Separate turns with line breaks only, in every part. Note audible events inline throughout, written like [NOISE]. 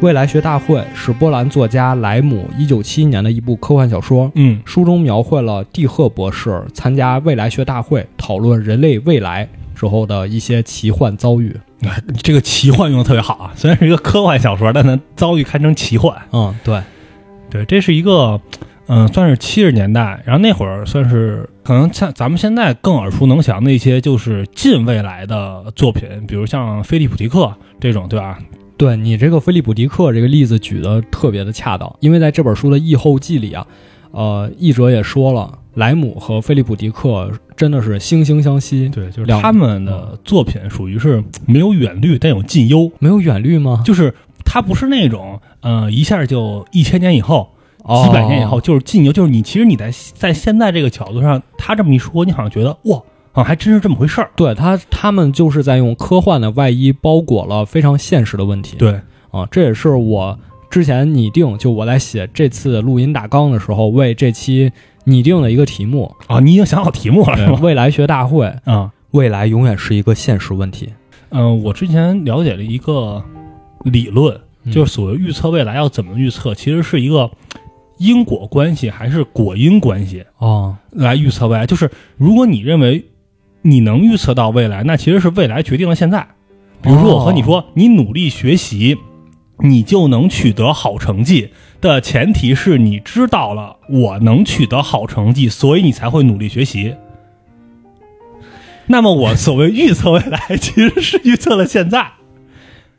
未来学大会》是波兰作家莱姆一九七一年的一部科幻小说。
嗯
书中描绘了蒂赫博士参加未来学大会讨论人类未来时候的一些奇幻遭遇。
这个奇幻用的特别好啊，虽然是一个科幻小说，但它遭遇堪称奇幻。
嗯，对，
对，这是一个，嗯、算是七十年代，然后那会儿算是可能像咱们现在更耳熟能详的一些就是近未来的作品，比如像菲利普迪克这种，对吧？
对你这个菲利普迪克这个例子举得特别的恰当，因为在这本书的译后记里啊，呃，译者也说了，莱姆和菲利普迪克真的是惺惺相惜。
对，就是
两
他们的嗯作品属于是没有远虑，但有近忧，
没有远虑吗？
就是它不是那种，呃，一下就一千年以后。
哦
几百年以后，就是近游，就是你其实你在在现在这个角度上，他这么一说，你好像觉得哇，好像还真是这么回事儿。
对他，他们就是在用科幻的外衣包裹了非常现实的问题。
对，
啊，这也是我之前拟定，就我在写这次录音大纲的时候，为这期拟定的一个题 [LAUGHS] 目
啊，你已经想好题目了是
——
吗？
未来学大会。
啊，
哎未来永远是一个现实问题。
嗯、我之前了解了一个理论，
嗯
就是所谓预测未来要怎么预测，其实是一个因果关系还是果因关系
哦，
来预测未来。就是如果你认为你能预测到未来，那其实是未来决定了现在。比如
哦
说，我和你说，你努力学习，你就能取得好成绩。的前提是你知道了我能取得好成绩，所以你才会努力学习。那么，我所谓预测未来，其实是预测了
[LAUGHS]
现在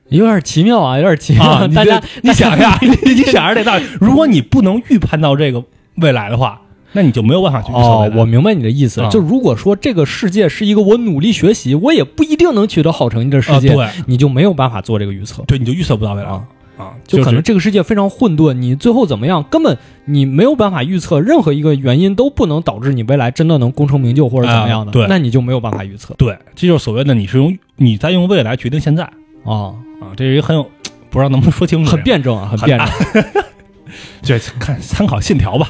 有点奇妙啊，有点奇妙。
啊！你
大家
这， [LAUGHS] 你想一下，你你想一下这道理。如果你不能预判到这个未来的话，那你就没有办法去预测未
哦，
来。
我明白你的意思。
啊
就如果说这个世界是一个我努力学习，我也不一定能取得好成绩的世
啊，
界，
对
你就没有办法做这个预测
对，你就预测不到未来
啊。
啊，
就是可能这个世界非常混沌，你最后怎么样，根本你没有办法预测，任何一个原因都不能导致你未来真的能功成名就或者怎么样的，
啊对
那你就没有办法预测
对，这就是所谓的你是用你在用未来决定现在
啊，
啊，这是一个很有不知道能不能说清楚，
很，辩证啊，很辩证。
对，看参考信条吧。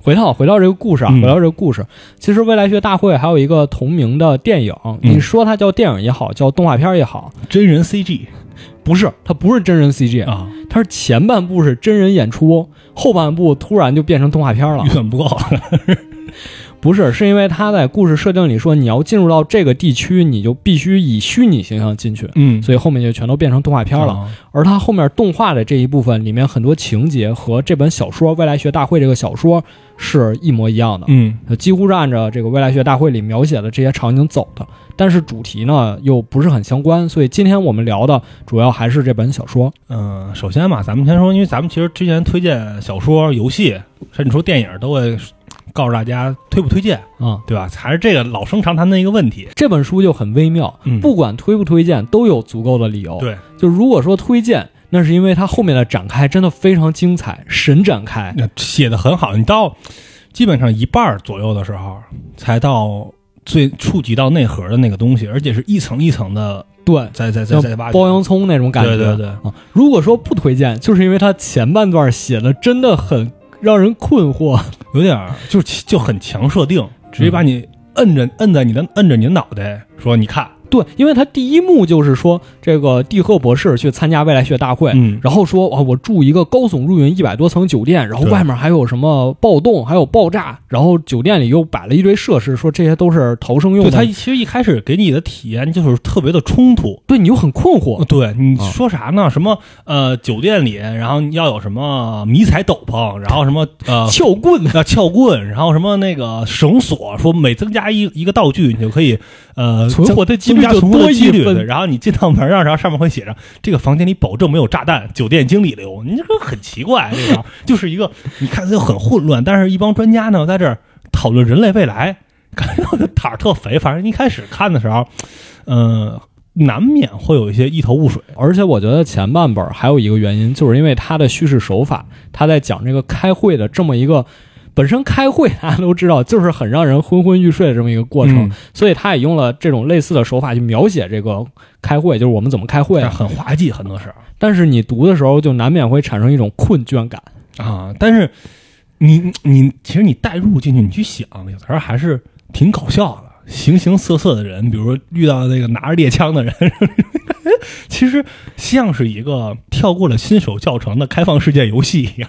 回到回到这个故事啊，
嗯
回到这个故事，其实未来学大会还有一个同名的电影，你说它叫电影也好，叫动画片也好，
真人 CG
不是，它不是真人 CG，
啊，
它是前半部是真人演出，后半部突然就变成动画片了
啊预。算不够，
不是，是因为他在故事设定里说，你要进入到这个地区，你就必须以虚拟形象进去，
嗯，
所以后面就全都变成动画片了。
啊
而他后面动画的这一部分里面很多情节和这本小说《未来学大会》这个小说是一模一样的，
嗯，
呃几乎是按照这个《未来学大会》里描写的这些场景走的。但是主题呢又不是很相关，所以今天我们聊的主要还是这本小说。
嗯、首先嘛，咱们先说，因为咱们其实之前推荐小说、游戏，甚至说电影，都会告诉大家推不推荐，
啊、
对吧？还是这个老生常谈的一个问题，
这本书就很微妙，
嗯
不管推不推荐，都有足够的理由。
对，
就如果说推荐，那是因为它后面的展开真的非常精彩，神展开。
那写的很好，你到基本上一半儿左右的时候，才到最触及到内核的那个东西，而且是一层一层的
对，
在在
像
在在挖掘
剥洋葱那种感觉。
对对对
啊，如果说不推荐，就是因为它前半段写的真的很让人困惑。
有点儿就是其就很强设定，直接把
嗯
你摁着摁在你的摁着你的脑袋，说你看，
对，因为它第一幕就是说这个蒂赫博士去参加未来学大会。
嗯，
然后说啊，我住一个高耸入云一百多层酒店，然后
对
外面还有什么暴动，还有爆炸，然后酒店里又摆了一堆设施，说这些都是逃生用
对
的。
他其实一开始给你的体验就是特别的冲突。
对你又很困惑，
对，你
啊，
说啥呢？什么呃，酒店里，然后要有什么迷彩斗篷，然后什么呃
撬棍 [LAUGHS]
要撬棍，然后什么那个绳索，说每增加一一个道具，你就可以
[LAUGHS]
呃
存活的几率
增加
就
存活
多
的几
一
率对
分。
然后你进到门上，然后上面会写着这个房间里保证没有炸弹，酒店经理留。你这个很奇怪，这个就是一个你看就很混乱，但是一帮专家呢在这儿讨论人类未来，感觉到这塔儿特肥。反正一开始看的时候，呃，难免会有一些一头雾水。
而且我觉得前半本儿还有一个原因，就是因为它的叙事手法，他在讲这个开会的这么一个。本身开会啊大家都知道，就是很让人昏昏欲睡的这么一个过程，
嗯
所以他也用了这种类似的手法去描写这个开会，就是我们怎么开会
但
啊。
很滑稽，很多时候。
但是你读的时候，就难免会产生一种困倦感。
啊，但是你你其实你代入进去，你去想，有的时候还是挺搞笑的。形形色色的人，比如说遇到那个拿着猎枪的人， [LAUGHS] 其实像是一个跳过了新手教程的开放世界游戏一样，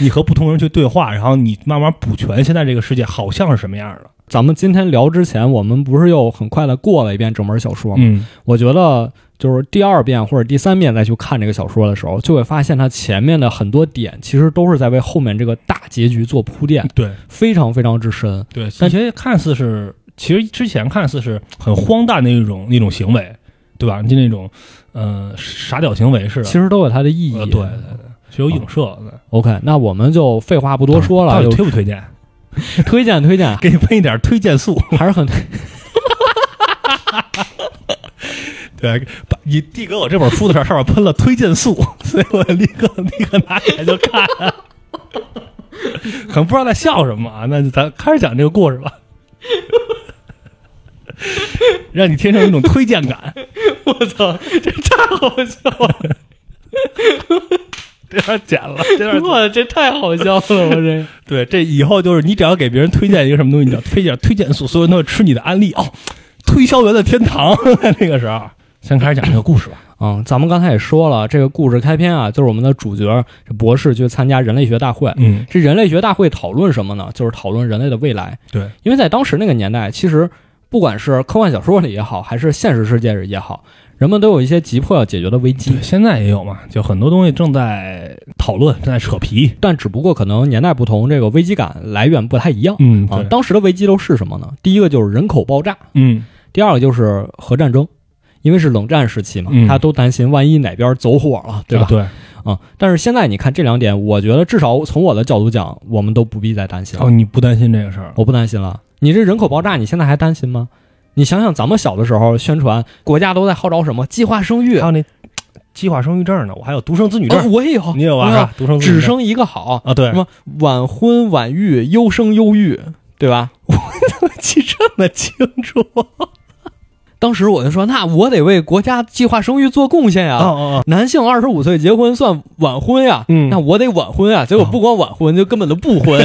你和不同人去对话，然后你慢慢补全现在这个世界好像是什么样的。
咱们今天聊之前，我们不是又很快的过了一遍整本小说吗？
嗯
我觉得就是第二遍或者第三遍再去看这个小说的时候，就会发现它前面的很多点其实都是在为后面这个大结局做铺垫，
对
非常非常之深。
对，
但
以前看似是，其实之前看似是很荒诞的一种那种行为，对吧？就那种呃傻屌行为似的，
其实都有它的意义。
呃对对对，是有影射的。
OK，那我们就废话不多说
哦到
了，
底
就
推不推荐？
推荐推荐，
[LAUGHS] 给你喷一点推荐素。
还是 [LAUGHS] 很
对，把你递给我这本书的时候，上面喷了推荐素， [LAUGHS] 所以我立刻立刻拿起来就看， [LAUGHS] 很不知道在笑什么啊。那就咱开始讲这个故事吧，让你听上一种推荐感。我操，这太好笑了！这段剪了，这段剪了
哇，这太好笑了，我这
对，这以后就是你只要给别人推荐一个什么东西，你叫推荐推荐素，所有人都会吃你的安利哦。推销员的天堂， [LAUGHS] 那个时候，先开始讲这个故事吧。
[LAUGHS] 嗯，咱们刚才也说了，这个故事开篇啊，就是我们的主角这博士去参加人类学大会。
嗯，
这人类学大会讨论什么呢？就是讨论人类的未来。
对，
因为在当时那个年代，其实不管是科幻小说里也好，还是现实世界里也好，人们都有一些急迫要解决的危机
对，，现在也有嘛，就很多东西正在讨论，正在扯皮。
但只不过可能年代不同，这个危机感来源不太一样。
嗯
啊，当时的危机都是什么呢？第一个就是人口爆炸，
嗯，
第二个就是核战争，因为是冷战时期嘛，
嗯
大家都担心万一哪边走火了，对吧？
对，
啊、但是现在你看这两点，我觉得至少从我的角度讲，我们都不必再担心了。
哦，你不担心这个事儿？
我不担心了。你这人口爆炸，你现在还担心吗？你想想咱们小的时候宣传国家都在号召什么计划生育，
还有那计划生育证呢，我还有独生子女
呃
证，
我也有，
你有吧？啊
我
是吧独哦生子女
只
证
生一个好，
啊，对
什，么晚婚晚育、优生优育，对吧？
记这么清楚？哦
当时我就说，那我得为国家计划生育做贡献呀。
[LAUGHS] 哦哦，
男性二十五岁结婚算晚婚呀，
嗯哦
那我得晚婚啊。结果不光晚婚，就根本都不婚，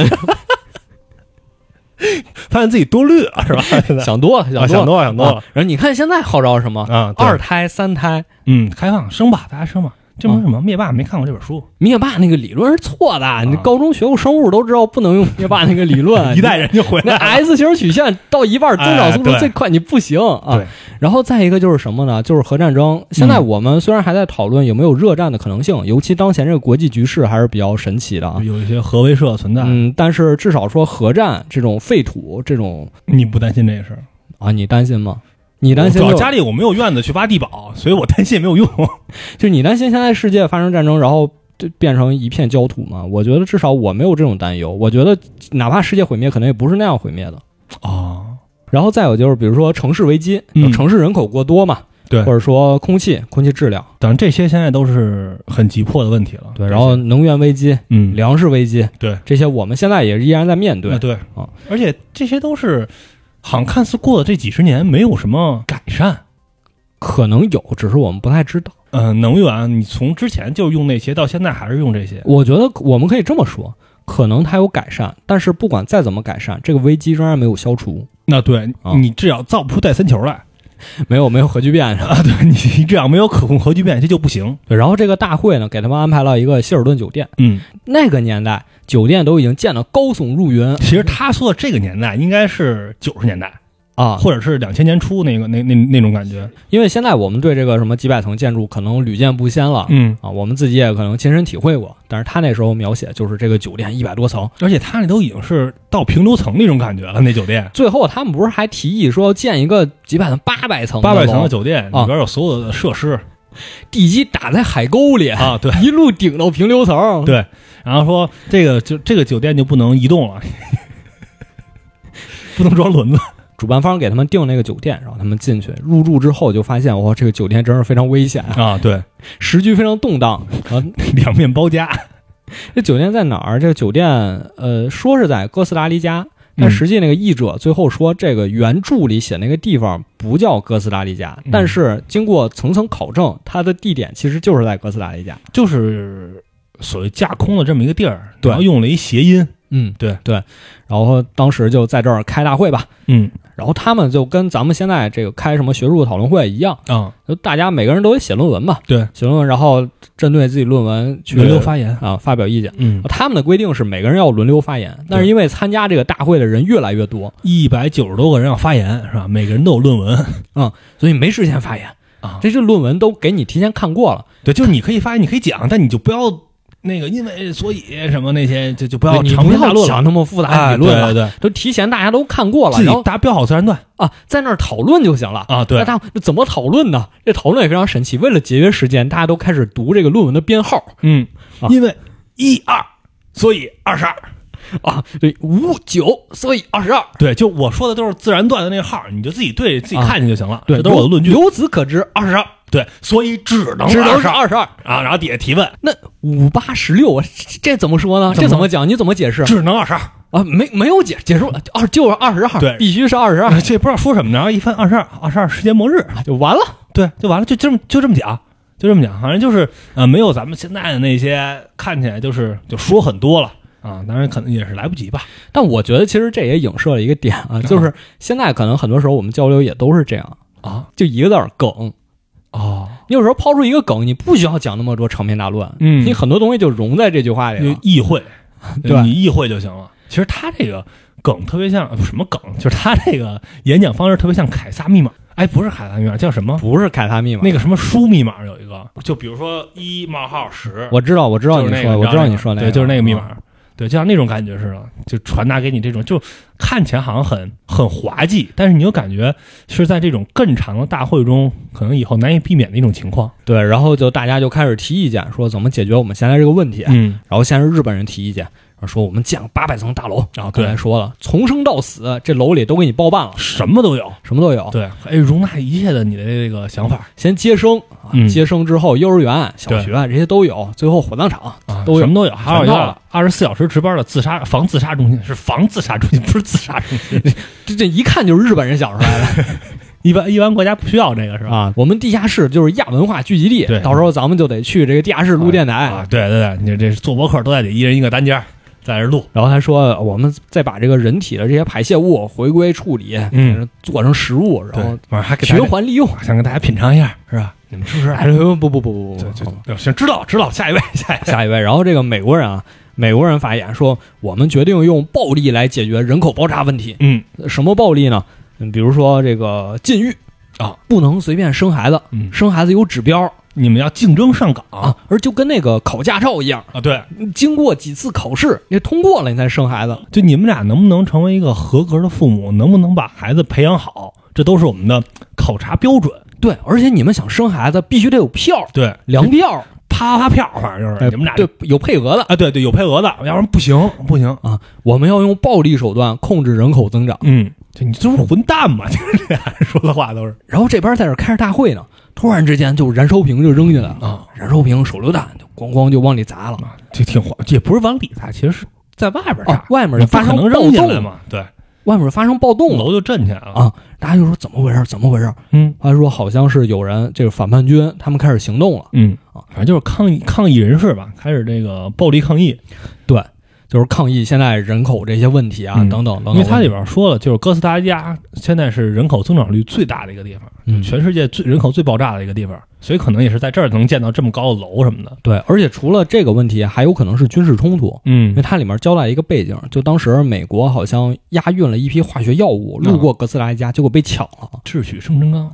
发现自己多虑了 [LAUGHS] 是吧？现在
[LAUGHS] 想多了，
啊
多
想
了，
多了，想多
啊
了
然后你看现在号召什么？
啊！对
二，胎、三胎，
嗯，开放生吧，大家生吧。这不是什么灭霸没看过这本书，
灭霸那个理论是错的。你高中学过生物都知道不能用灭霸那个理论，
啊 [LAUGHS] 一代人就回
那
来了。
S 型曲线到一半增长速
哎
度
对
最快，你不行啊
对。
然后再一个就是什么呢？就是核战争。现在我们虽然还在讨论有没有热战的可能性，尤其当前这个国际局势还是比较神奇的啊。
有一些核威慑存在，
嗯，但是至少说核战这种废土这种
你不担心这个事儿？
啊，你担心吗？你担心
主要
就
家里我没有院子去挖地堡，所以我担心也没有用。
就你担心现在世界发生战争，然后就变成一片焦土吗？我觉得至少我没有这种担忧。我觉得哪怕世界毁灭，可能也不是那样毁灭的。
哦，
然后再有就是，比如说城市危机，
嗯
城市人口过多嘛，
对
或者说空气空气质量，
当然这些现在都是很急迫的问题了。
对，然后能源危机、
嗯，
粮食危机，
对
这些我们现在也依然在面对
啊。对
啊
而且这些都是好像看似过了这几十年没有什么改善。
可能有，只是我们不太知道。
呃，能源你从之前就用那些，到现在还是用这些。
我觉得我们可以这么说，可能它有改善，但是不管再怎么改善，这个危机仍然没有消除，
那对、
啊
你至少造不出带三球来
没有没有核聚变上。
[LAUGHS] 啊！对你 [LAUGHS] 你至少没有可控核聚变，这就不行。
对然后这个大会呢，给他们安排了一个希尔顿酒店。
嗯，
那个年代，酒店都已经建得高耸入云
其实他说的这个年代应该是九十年代，
啊，
或者是两千年初那个那那那种感觉。
因为现在我们对这个什么几百层建筑可能屡见不鲜了。
嗯，
啊，我们自己也可能亲身体会过，但是他那时候描写就是这个酒店一百多层，
而且他那都已经是到平流层那种感觉了，那酒店
最后他们不是还提议说要建一个几百层、八百层、
八百层的
楼
酒店
啊
里边有所有的设施
地基打在海沟
[LAUGHS]
里，
啊，对
一路顶到平流层。
对，然后说这个就这个酒店就不能移动 [LAUGHS] 了，不能装 [LAUGHS] 轮子，
主办方给他们订那个酒店，然后他们进去入住之后就发现，哇，这个酒店真是非常危险，
啊，对，
时局非常动荡。啊，
两面包夹，
这酒店在哪儿？这个酒店呃，说是在哥斯达黎加。但
嗯
实际那个译者最后说，这个原著里写那个地方不叫哥斯达黎加，
嗯
但是经过层层考证，它的地点其实就是在哥斯达黎加。
就是所谓架空的这么一个地儿，
对
然后用了一谐音
嗯，
对
对。然后当时就在这儿开大会吧，
嗯
然后他们就跟咱们现在这个开什么学术讨论会一样，
啊，
就大家每个人都得写论文嘛，
对，
写论文，然后针对自己论文去
轮流发言，
啊发表意见。
嗯，
他们的规定是每个人要轮流发言，但是因为参加这个大会的人越来越多，
一百九十多个人要发言是吧？每个人都有论文
所以没时间发言。
啊，
这这论文都给你提前看过了，
对，就是你可以发言，你可以讲，但你就不要那个因为所以什么那些，就就不要
你
长
不
篇大
要
论了
想那么复杂
啊，
的理
对
论了，
对对，
都提前大家都看过了，
自
然
己
后
达标好自然段
啊在那儿讨论就行了。
啊，对
那，大家怎么讨论呢？这讨论也非常神奇。为了节约时间，大家都开始读这个论文的编号
嗯
啊，
因为一二，所以二十二。
啊，对，五九，所以二十二。
对，就我说的都是自然段的那个号，你就自己啊对自己看见就行了。
对，
这都是我的论据。
由此可知，二十二
对，所以只能
只能
二
是
十二
二十二。
啊，然后底下提问，
那五八十六，这这怎么说呢？
怎
这
么
怎么讲？你怎么解释
只能二十二。
啊？没没有解解释不了，二就是二十二，
对
必须是二十二
啊，这不知道说什么呢，然后一翻二十二，二十二世界末日，
[LAUGHS] 就完了。
对，就完了，就这么就这么讲，就这么讲，反正就是呃，没有咱们现在的那些看起来就是就说很多了啊，当然可能也是来不及吧，
但我觉得其实这也影射了一个点
嗯
啊，就是现在可能很多时候我们交流也都是这样，
啊
就一个字儿梗。
哦，
你有时候抛出一个梗，你不需要讲那么多长篇大论，
嗯
你很多东西就融在这句话里
就
了。
意 [LAUGHS] 会，
对
哎你意会就行了。其实他这个梗特别像呃什么梗？就是他这个演讲方式特别像凯撒密码，哎，不是凯撒密码，叫什么？
不是凯撒密码，
那个什么书密码有一个，就比如说一冒号十，
我知道，我知道
就
你
是
说，
那个，
我知道你说
那
那个，
对，就是那个密
啊。
码，对，就像那种感觉似的，就传达给你这种，就看起来好像很很滑稽，但是你又感觉是在这种更长的大会中，可能以后难以避免的一种情况。
对，然后就大家就开始提意见，说怎么解决我们现在这个问题。
嗯，
然后先是日本人提意见，然后说我们建八百层大楼，
然后
刚才
对，
说了，从生到死，这楼里都给你包办了，
什么都有。
什么都有。
对，哎，容纳一切的你的这个想法，
先接生啊
嗯，
接生之后，幼儿园、小学这些都有，最后火葬场
啊，
都
什
有。
么都有，还有一
全到
个
了
二十四小时值班的自杀防自杀中心，是防自杀中心，不是自杀中心。
这这一看就是日本人想出来的
[LAUGHS] 一般一般国家不需要这个是吧？
啊！我们地下室就是亚文化聚集地
对，
到时候咱们就得去这个地下室录电
啊
台。，
对对对，你这做博客都得一人一个单间儿在这儿录，
然后他说，我们再把这个人体的这些排泄物回归处理，
嗯，
做成食物，
对
然后，
晚上还给大
循
家
环利用。
想给大家品尝一下，是吧？你们是不
[LAUGHS]
是？
哎，不不不不不
对对
不，
对，行，知道知道，下一位， [LAUGHS] 下一位。
下一位，然后这个美国人啊，美国人发言说，我们决定用暴力来解决人口爆炸问题。
嗯
什么暴力呢？嗯，比如说这个禁欲
啊，
不能随便生孩子，
嗯，
生孩子有指标
你们要竞争上岗
啊，而就跟那个考驾照一样，
啊对，
经过几次考试，你通过了你才生孩子。
就你们俩能不能成为一个合格的父母，能不能把孩子培养好，这都是我们的考察标准。
对，而且你们想生孩子，必须得有票，
对，
粮票，
啪啪票，反正就是
哎
你们俩
对有配额的。
啊，对对，有配额的，要不然不行不行。
啊，我们要用暴力手段控制人口增长。
嗯，就你就是混蛋嘛， [LAUGHS] 就是这俩人说的话都是
然后这边在这开着大会呢，突然之间就燃烧瓶就扔进来了，
啊，
燃烧瓶、手榴弹就咣咣就往里砸了。
这啊挺滑，也不是往里砸，其实是在啊外边
哦
砸，，
外面
你不
发
可
生
能
暴
扔进来
动，
嘛，对，
外面发生暴动了
楼就震起来了。
啊！大家就说怎么回事？怎么回事？
嗯
他说好像是有人，这个反叛军他们开始行动了，
嗯，反正就是抗议抗议人士吧，开始这个暴力抗议。
对，就是抗议现在人口这些问题啊，
嗯
等等等等。
因为它里边说了，就是哥斯达黎加现在是人口增长率最大的一个地方，
嗯，
全世界最人口最爆炸的一个地方，所以可能也是在这儿能见到这么高的楼什么的。
对，而且除了这个问题，还有可能是军事冲突。因为
嗯
它里面交代一个背景，就当时美国好像押运了一批化学药物
嗯
路过哥斯达黎加，结果被抢了，
智取生辰纲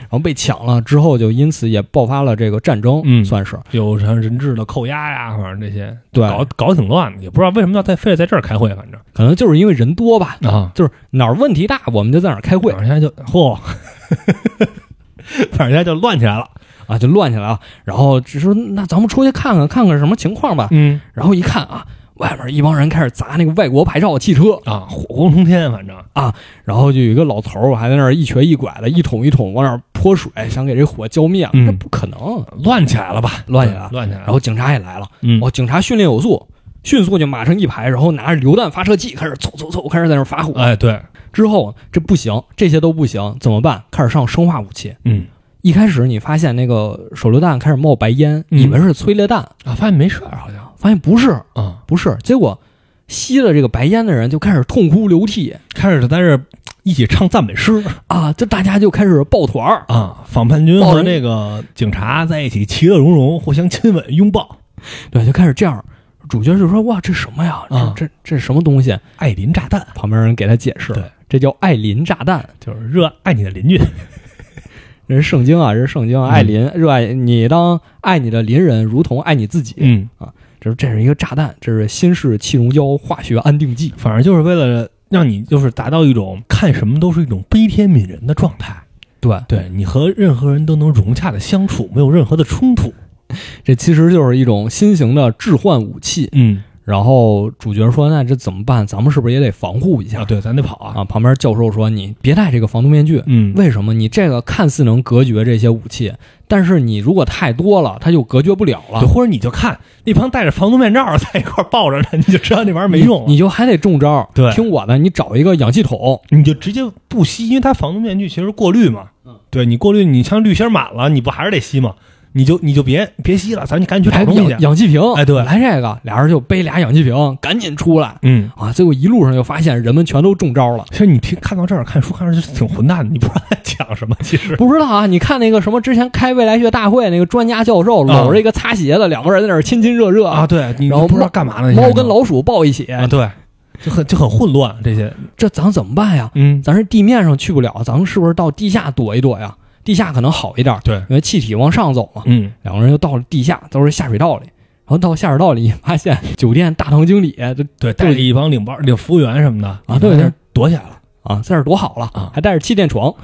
然后被抢了之后，就因此也爆发了这个战争，
嗯
算是
有什么人质的扣押呀，反正这些
对，
搞搞得挺乱的，也不知道为什么要在非得在这儿开会，反正
可能就是因为人多吧，
啊，
就是哪儿问题大，我们就在哪儿开会
反正现在就嚯， [LAUGHS] 反正现在就乱起来了。
啊，就乱起来了。然后只说那咱们出去看看，看看什么情况吧。
嗯
然后一看啊，外面一帮人开始砸那个外国牌照的汽车，
啊，火光冲天，反正
然后就有一个老头儿啊还在那儿一瘸一拐的，一桶一桶往那儿泼水，想给这火浇灭了。
嗯
这不可能，
乱起来了吧，
乱起来了
对乱起来了。
然后警察也来了，
嗯，
哦，警察训练有素。迅速就马上一排，然后拿着榴弹发射器开始凑凑凑，开始在那儿发火。
哎对，
之后这不行，这些都不行，怎么办？开始上生化武器。
嗯
一开始你发现那个手榴弹开始冒白烟，
嗯
以为是催泪弹，
啊，发现没事儿好像
发现不是，
啊，
不是。结果吸了这个白烟的人就开始痛哭流涕
开始在这儿一起唱赞美诗
啊，就大家就开始抱团儿，
啊，反叛军
抱着
和那个警察在一起其乐融融，互相亲吻拥抱。
对，就开始这样。主角就说：“哇，这什么呀？这、
啊
这这是什么东西
艾琳炸弹？”
旁边人给他解释
对，
这叫艾琳炸弹。
就是热爱你的邻居，
这是圣经啊，这是圣经啊、
嗯
爱邻，热爱你当爱你的邻人如同爱你自己。
嗯，
这是这是一个炸弹，这是新式气溶胶化学安定剂。
反正就是为了让你就是达到一种看什么都是一种悲天悯人的状态，
对，
对你和任何人都能融洽的相处，没有任何的冲突，
这其实就是一种新型的置换武器。
嗯
然后主角说：“那这怎么办？咱们是不是也得防护一下
啊，？”对，咱得跑啊，
啊，旁边教授说：“你别戴这个防毒面具，
嗯，
为什么？你这个看似能隔绝这些武器，但是你如果太多了，它就隔绝不了
对，
了。
啊或者你就看那帮戴着防毒面罩 [LAUGHS] 在一块儿抱着呢，你就知道那玩意儿没用了啊
你，你就还得中招。
对
听我的，你找一个氧气筒，
你就直接不吸，因为它防毒面具其实是过滤嘛。
嗯
对你过滤，你像滤芯儿满了，你不还是得吸吗？你就你就别别吸了，咱就赶紧去
来
找
个
东西
氧
去。
氧气瓶，
哎对
来这个，俩人就背俩氧气瓶，赶紧出来
嗯，
啊！结果一路上就发现人们全都中招了。
其实你听看到这儿看书看着就挺混蛋的，你 [LAUGHS] 不知道在讲什么。其实
不知道啊，你看那个什么之前开未来学大会那个专家教授
啊
搂着一个擦鞋的，两个人在那儿亲亲热热
啊，，对，你
然后
你不知道干嘛呢？
猫跟
老
老鼠抱一起，
啊，对，就很就很混乱这些。
这咱怎么办呀？
嗯，
咱是地面上去不了，咱们是不是到地下躲一躲呀？地下可能好一点，
对，
因为气体往上走嘛。
嗯，
两个人就到了地下，都是下水道里。然后到下水道里，发现酒店大堂经理这
对，带着一帮领班、领服务员什么的
啊对
在那儿躲起来了。
啊，在这儿躲好了
啊
还带着气垫床，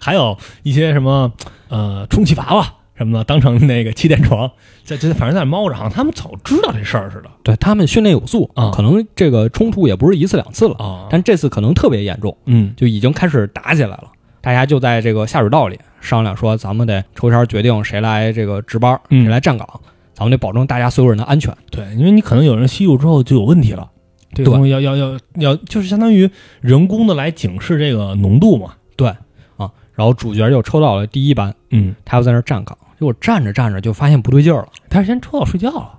还有一些什么呃充气娃娃什么的，当成那个气垫床， [LAUGHS] 在这反正在猫着，好像他们早知道这事儿似的
对他们训练有素
啊
可能这个冲突也不是一次两次了，
啊。
但这次可能特别严重，
嗯
就已经开始打起来了。大家就在这个下水道里商量说，咱们得抽签决定谁来这个值班，
嗯
谁来站岗，咱们得保证大家所有人的安全。，
对，因为你可能有人吸入之后就有问题了，这个
对
东西要要要要，就是相当于人工的来警示这个浓度嘛。
啊，然后主角就抽到了第一班，
嗯，
他又在那儿站岗，结果站着站着就发现不对劲儿了
他是先抽到睡觉了，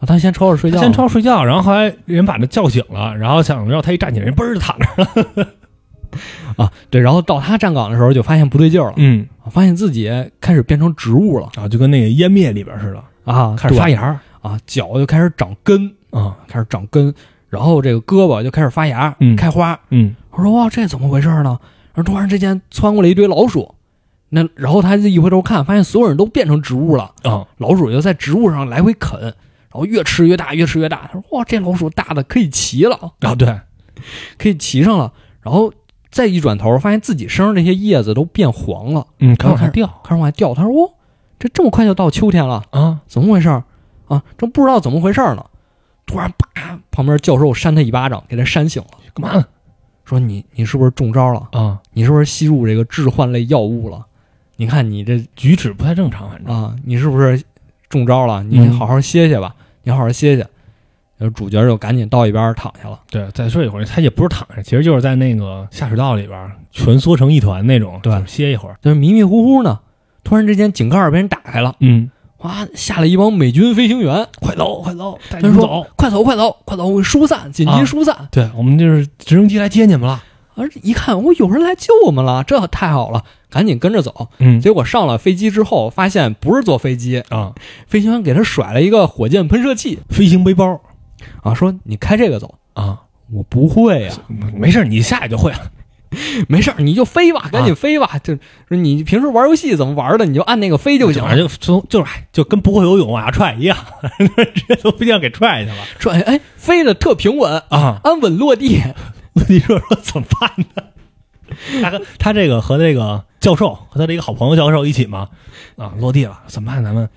啊，他先抽着睡
他
觉，
先抽到睡觉，然后后来人把他叫醒了，然后想让他一站起来，人嘣儿就躺着。
啊，对，然后到他站岗的时候就发现不对劲儿了，
嗯，
啊发现自己开始变成植物了
然啊后就跟那个湮灭里边似的，
啊，
开始发
对
芽儿
啊，脚就开始长根，
啊。
开始长根，然后这个胳膊就开始发芽，
嗯
开花。
嗯，
我说哇，这怎么回事呢？然后突然之间窜过来一堆老鼠，那然后他就一回头看，发现所有人都变成植物了，
啊，
老鼠就在植物上来回啃，然后越吃越大，越吃越大。他说哇，这老鼠大的可以骑了，
啊，对，
可以骑上了。然后再一转头，发现自己身上这些叶子都变黄了。
嗯，开
开始
始还掉
开始往外掉。他说：“哦，这这么快就到秋天了，
啊，
怎么回事儿啊？这不知道怎么回事儿呢。”突然，啪！旁边教授扇他一巴掌，给他扇醒了，
干嘛呢？
说你：“你是不是中招了？
啊，
你是不是吸入这个致幻类药物了？你看你这
举止不太正常，反正
啊，你是不是中招了？你
嗯
好好歇歇吧，你好好歇歇。”然后主角就赶紧到一边儿躺下了。
对，再说一会儿，他也不是躺着，其实就是在那个下水道里边儿蜷缩成一团那种，
对
就是歇一会儿。
就是迷迷糊糊呢，突然之间井盖儿被人打开了，
嗯，
哇，下来一帮美军飞行员，
快走，快走，带
他
你
说
走。
快走，快走，快走，我疏散，紧
啊
急疏散。
对，我们就是直升机来接你们了。
而一看，我有人来救我们了，这太好了，赶紧跟着走。
嗯
结果上了飞机之后，发现不是坐飞机，
啊，
飞行员给他甩了一个火箭喷射器
飞行背包
啊，说你开这个走。
啊，嗯
我不会呀、
没事儿，你下来就会了。
没事儿，你就飞吧，赶紧飞吧。就就你平时玩游戏怎么玩的，你就按那个飞就行
反
了。
正就从就是哎就跟不会游泳往下踹一样， [LAUGHS] 直接从飞机上给踹下去了。
转哎，飞的特平稳，
啊，
安稳落地。
[LAUGHS] 你说说怎么办呢？他和他这个和那个教授和他的一个好朋友教授一起嘛，啊，落地了，怎么办？咱们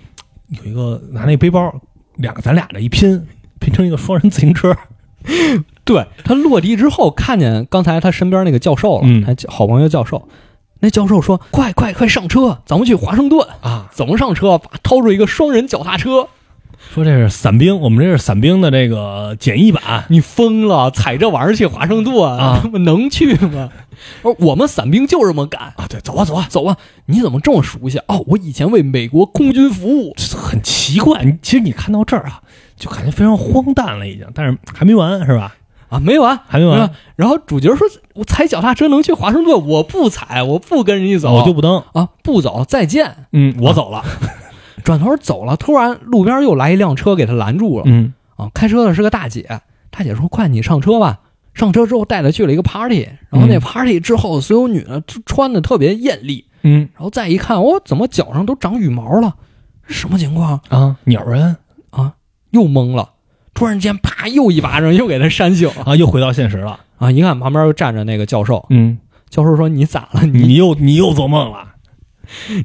有一个拿那背包，两个咱俩的一拼，拼成一个双人自行车。
对他落地之后，看见刚才他身边那个教授了，
嗯
他好朋友教授。那教授说：“快快快上车，咱们去华盛顿。”
啊，
怎么上车？把掏出一个双人脚踏车，
说这是伞兵，我们这是伞兵的这个简易版。
你疯了！踩这玩意儿去华盛顿 [LAUGHS]
啊
能去吗？我说我们伞兵就这么干，
啊，对，走吧，走吧，
走吧！你怎么这么熟悉？哦，我以前为美国空军服务。
这很奇怪。你其实你看到这儿啊，就感觉非常荒诞了已经。但是还没完是吧？
啊，没完。
还没完
嗯，然后主角说：“我踩脚踏车能去华盛顿，我不踩，我不跟人家走，
我哦就不登。
啊不走，再见。
嗯，我走了。”
转头走了，突然路边又来一辆车给他拦住了。
嗯
啊，开车的是个大姐，大姐说：“快，你上车吧。”上车之后带她去了一个 party，然后那
嗯
party 之后，所有女的都穿的特别艳丽，
嗯
然后再一看，哦，怎么脚上都长羽毛了？这什么情况？
啊，鸟人
又懵了。突然间，啪，又一巴掌又给他扇醒了
啊，又回到现实了。
啊！一看旁边又站着那个教授，
嗯，
教授说：“你咋了？ [LAUGHS] 你
你又你又做梦了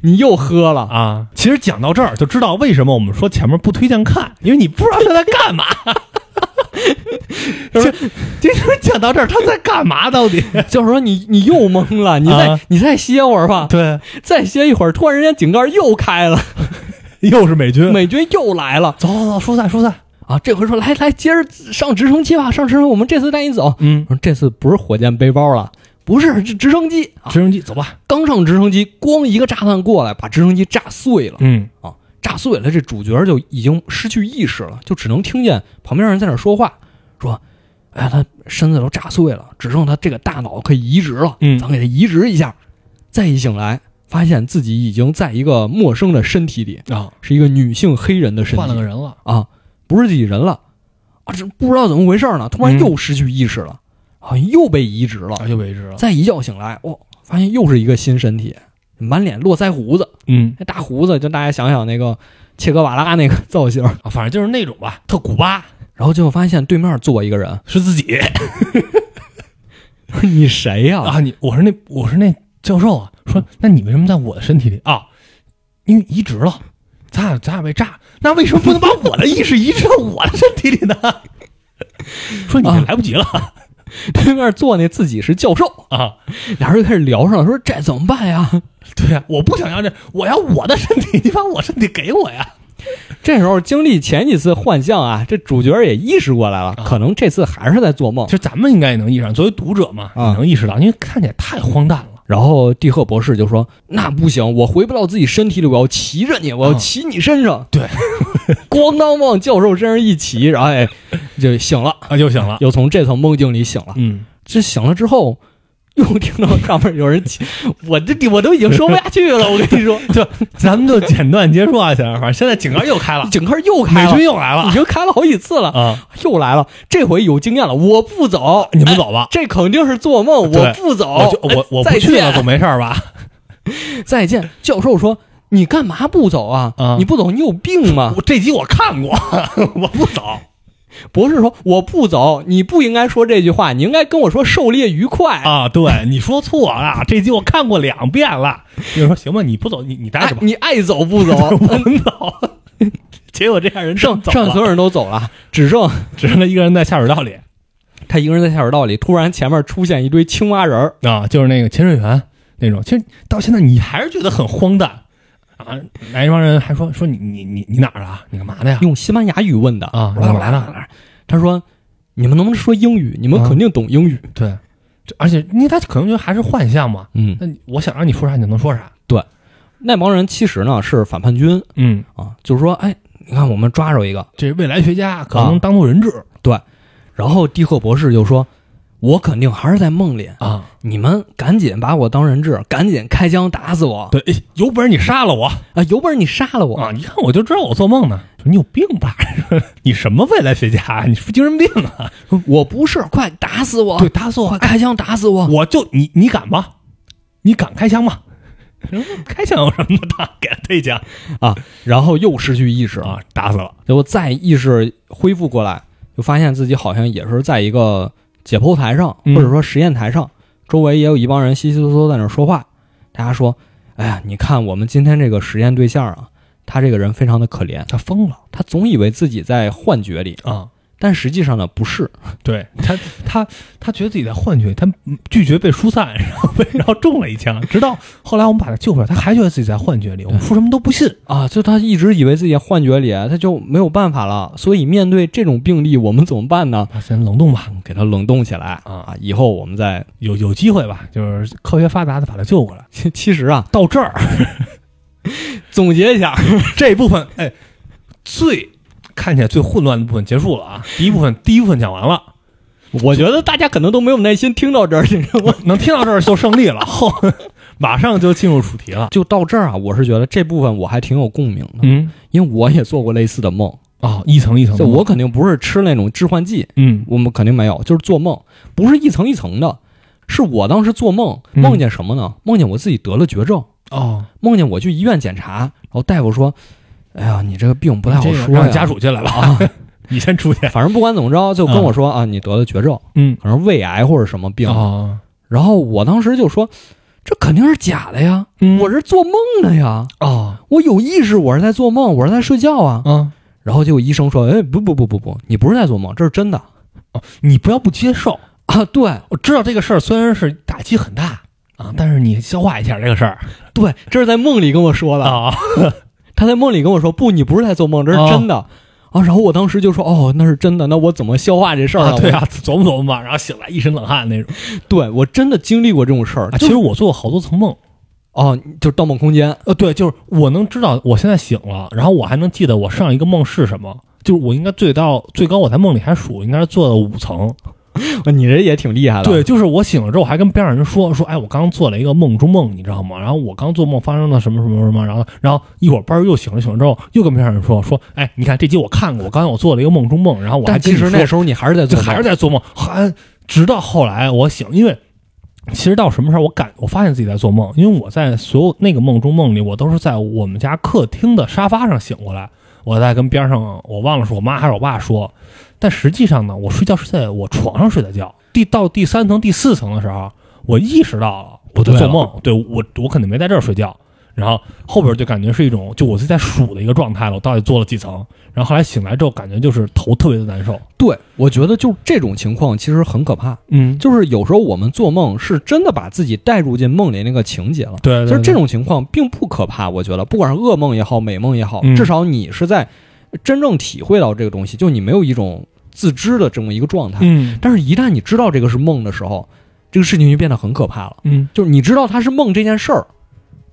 你又喝了？”
啊！其实讲到这儿就知道为什么我们说前面不推荐看，因为你不知道他在干嘛。 [LAUGHS] 这这讲到这儿，他在干嘛到底？ [LAUGHS]
就是说你你又懵了，你再、
啊
你再歇会儿吧，
[LAUGHS] 对，
再歇一会儿，突然人家井盖又开了，
又是美 [LAUGHS] 军。
美军又来了
走走走，疏散疏散。
啊！这回说来来，今儿上直升机吧，上直升，我们这次带你走。
嗯，
说这次不是火箭背包了，不是是直升机啊！
直升机走吧。
刚上直升机，咣一个炸弹过来，把直升机炸碎了。
嗯
炸碎了，这主角就已经失去意识了，就只能听见旁边人在那说话，说：“哎，他身子都炸碎了，只剩他这个大脑可以移植了，
嗯
咱给他移植一下。”再一醒来，发现自己已经在一个陌生的身体里，
啊，
是一个女性黑人的身
换了个
体
人了。
啊，不是自己人了啊，这不知道怎么回事呢，突
嗯
然又失去意识了，好像又被移植了。
就为之了。
再一觉醒来，哦，发现又是一个新身体，满脸络腮胡子，
嗯
那大胡子，就大家想想那个切格瓦拉那个 [LAUGHS] 造型。
啊，反正就是那种吧，特古巴
然后结果发现对面坐一个人， [LAUGHS]
是自己
说你谁呀、
啊。你我是那我是那教授啊，说那你为什么在我的身体里啊？因为移植了，咱俩咱俩被炸，那为什么不能把我的意识 [LAUGHS] 移植到我的身体里呢？ [LAUGHS] 说你这
啊
来不及了
[LAUGHS] 对面坐那自己是教授，
啊！
俩人就开始聊上了，说这怎么办呀？
[LAUGHS]
[LAUGHS]
对啊呀、我不想要这，我要我的身体，你把我身体给我呀！
这时候经历前几次幻象啊，这主角也意识过来了，
啊
可能这次还是在做梦
其。实咱们应该也能意识到，作为读者嘛，也
啊
能意识到，因为看起来太荒诞了。
然后蒂赫博士就说：“那不行，我回不到自己身体里，我要骑着你，我要骑你身上。
嗯对，
[LAUGHS] 咣当往教授身上一骑，然后哎，就醒了，
啊，就行了。
又从这层梦境里醒了。
[LAUGHS] 嗯，
这醒了之后，又听到上面有人起，我这我都已经说不下去
[LAUGHS]
了。我跟你说，，
嗯就咱们就简短结束啊，先生。反正现在警告又 [LAUGHS] 开了
井盖又开
美
了
军，又来了
已经开了好几次了，
啊！
又来了。这回有经验了，我不走，
你们
哎，
走吧，
这肯定是做梦，
对
我不走，
我就我我不去了，
哦哎再见
总没事儿吧？
再见。教授说：“你干嘛不走啊？
啊
你不走，你有病吗
我这集我看过， [LAUGHS] 我不走。？”
博士说：“我不走，你不应该说这句话，你应该跟我说狩猎愉快。
啊！对，你说错了，这集我看过两遍了。你说行吧，你不走，你你待
哎
着吧，，
你爱走不走
我
嗯
们走。 [LAUGHS] 结果这样人正
剩
走
剩下所
了，
有人都走了，只剩
只剩他一个人在下水道里
他一个人在下水道里，突然前面出现一堆青蛙人儿，
啊，就是那个潜水员那种。其实到现在你还是觉得很荒诞啊！来一帮人还说说你你你你哪儿的啊？你干嘛
[LAUGHS]
的呀？
用西班牙语问的
啊
我说
干
哪
嘛呢
儿哪儿哪儿他说：“你们能不能说英语？你们
啊
肯定懂英语。
对，这而且因为他可能觉得还是幻象嘛。
嗯，
那你我想让你说啥，你就能说啥。
那帮人其实呢是反叛军
嗯，
啊，就是说，哎，你看我们抓着一个，
这未来学家可能当做人质
然后蒂赫博士就说：“我肯定还是在梦里，
啊。
你们赶紧把我当人质，赶紧开枪打死我
对，哎有本事你杀了我
啊！有本事你杀了我！
啊！一看我就知道我做梦呢。说你有病吧？你什么未来学家啊？你是不是精神病啊？
我不是，快打死我！
对，打死
快
我！
开枪打死我！
我就你你敢吗？你敢开枪吗？嗯开枪有什么的打？给他推枪
然后又失去意识，
啊！打死了。
结果再意识恢复过来，就发现自己好像也是在一个解剖台上，
嗯
或者说实验台上，周围也有一帮人稀稀嗦嗦在那儿说话。大家说：“哎呀，你看我们今天这个实验对象啊，他这个人非常的可怜，
他疯了
他总以为自己在幻觉里，
啊！
但实际上呢不是。
对他，他他觉得自己在幻觉，他拒绝被疏散，然后被然后中了一枪，直到后来我们把他救回来，他还觉得自己在幻觉里，我们说什么都不信。
啊，就他一直以为自己在幻觉里，啊他就没有办法了。所以面对这种病例，我们怎么办呢？
啊，先冷冻吧，
给他冷冻起来
啊，
以后我们再…… [LAUGHS]
有有机会吧，就是科学发达的把他救过来。
其其实啊，
到这儿
[LAUGHS]
[LAUGHS]
总结一下，
这部分，哎，最看起来最混乱的部分结束了啊，第一部分第一部分讲完了，
我觉得大家可能都没有耐心听到这儿，你知道吗？
能听到这儿就胜利了，后马上就进入主题了。
就到这儿啊，我是觉得这部分我还挺有共鸣的，
嗯，
因为我也做过类似的梦。
哦，一层一层的，
就我肯定不是吃那种致幻剂，
嗯
我们肯定没有，就是做梦，不是一层一层的，是我当时做梦，
嗯
梦见什么呢？梦见我自己得了绝症，
哦，
梦见我去医院检查，然后大夫说：“哎呀，你这个病不太好
这个
说呀。
让”家属进来了，
啊，
[LAUGHS] 你先出去。
反正不管怎么着，就跟我说啊，你得了绝症，
嗯，
可能胃癌或者什么病。啊
哦，
然后我当时就说，这肯定是假的呀，
嗯
我是做梦的呀，
哦，
我有意识，我是在做梦，我是在睡觉啊。
嗯，
然后结果医生说，哎，不不不不不，你不是在做梦，这是真的
哦你不要不接受。
啊。对
我知道这个事儿虽然是打击很大啊，但是你消化一下这个事儿
对，这是在梦里跟我说的。
啊。
他在梦里跟我说，不，你不是在做梦，这是真的。啊，然后我当时就说，哦，那是真的，那我怎么消化这事儿
啊，对
我
啊，琢磨琢磨吧，然后醒来一身冷汗那种。
对我真的经历过这种事儿。
啊，
就
其实我做过好多层梦，
哦，就是《盗梦空间》
呃，对，就是我能知道我现在醒了，然后我还能记得我上一个梦是什么。就是我应该最到最高，我在梦里还数应该是做了五层。
啊，你这也挺厉害的。
对，就是我醒了之后，我还跟边上人说说，哎，我刚做了一个梦中梦，你知道吗？然后我刚做梦发生了什么什么什么，然后然后一会儿班儿又醒了，醒了之后又跟边上人说说，哎，你看这集我看过，我刚才我做了一个梦中梦，然后我还
但
跟
其
你
实
说
那时候你还是在
就
做梦，
还是在做梦，还直到后来我醒，因为其实到什么时候我感我发现自己在做梦，因为我在所有那个梦中梦里，我都是在我们家客厅的沙发上醒过来，我在跟边上我忘了是我妈还是我爸说，但实际上呢，我睡觉是在我床上睡的觉，第到第三层第四层的时候，我意识到了我在做梦，对我我肯定没在这儿睡觉。然后后边就感觉是一种，就我自己在数的一个状态了，我到底做了几层。然后后来醒来之后，感觉就是头特别的难受。
对，我觉得就这种情况其实很可怕。
嗯，
就是有时候我们做梦是真的把自己带入进梦里那个情节了。
对，对
就是这
对
种情况并不可怕，我觉得不管是噩梦也好，美梦也好
嗯，
至少你是在真正体会到这个东西，就你没有一种自知的这么一个状态。
嗯
但是，一旦你知道这个是梦的时候，这个事情就变得很可怕了。
嗯，
就是你知道它是梦这件事儿，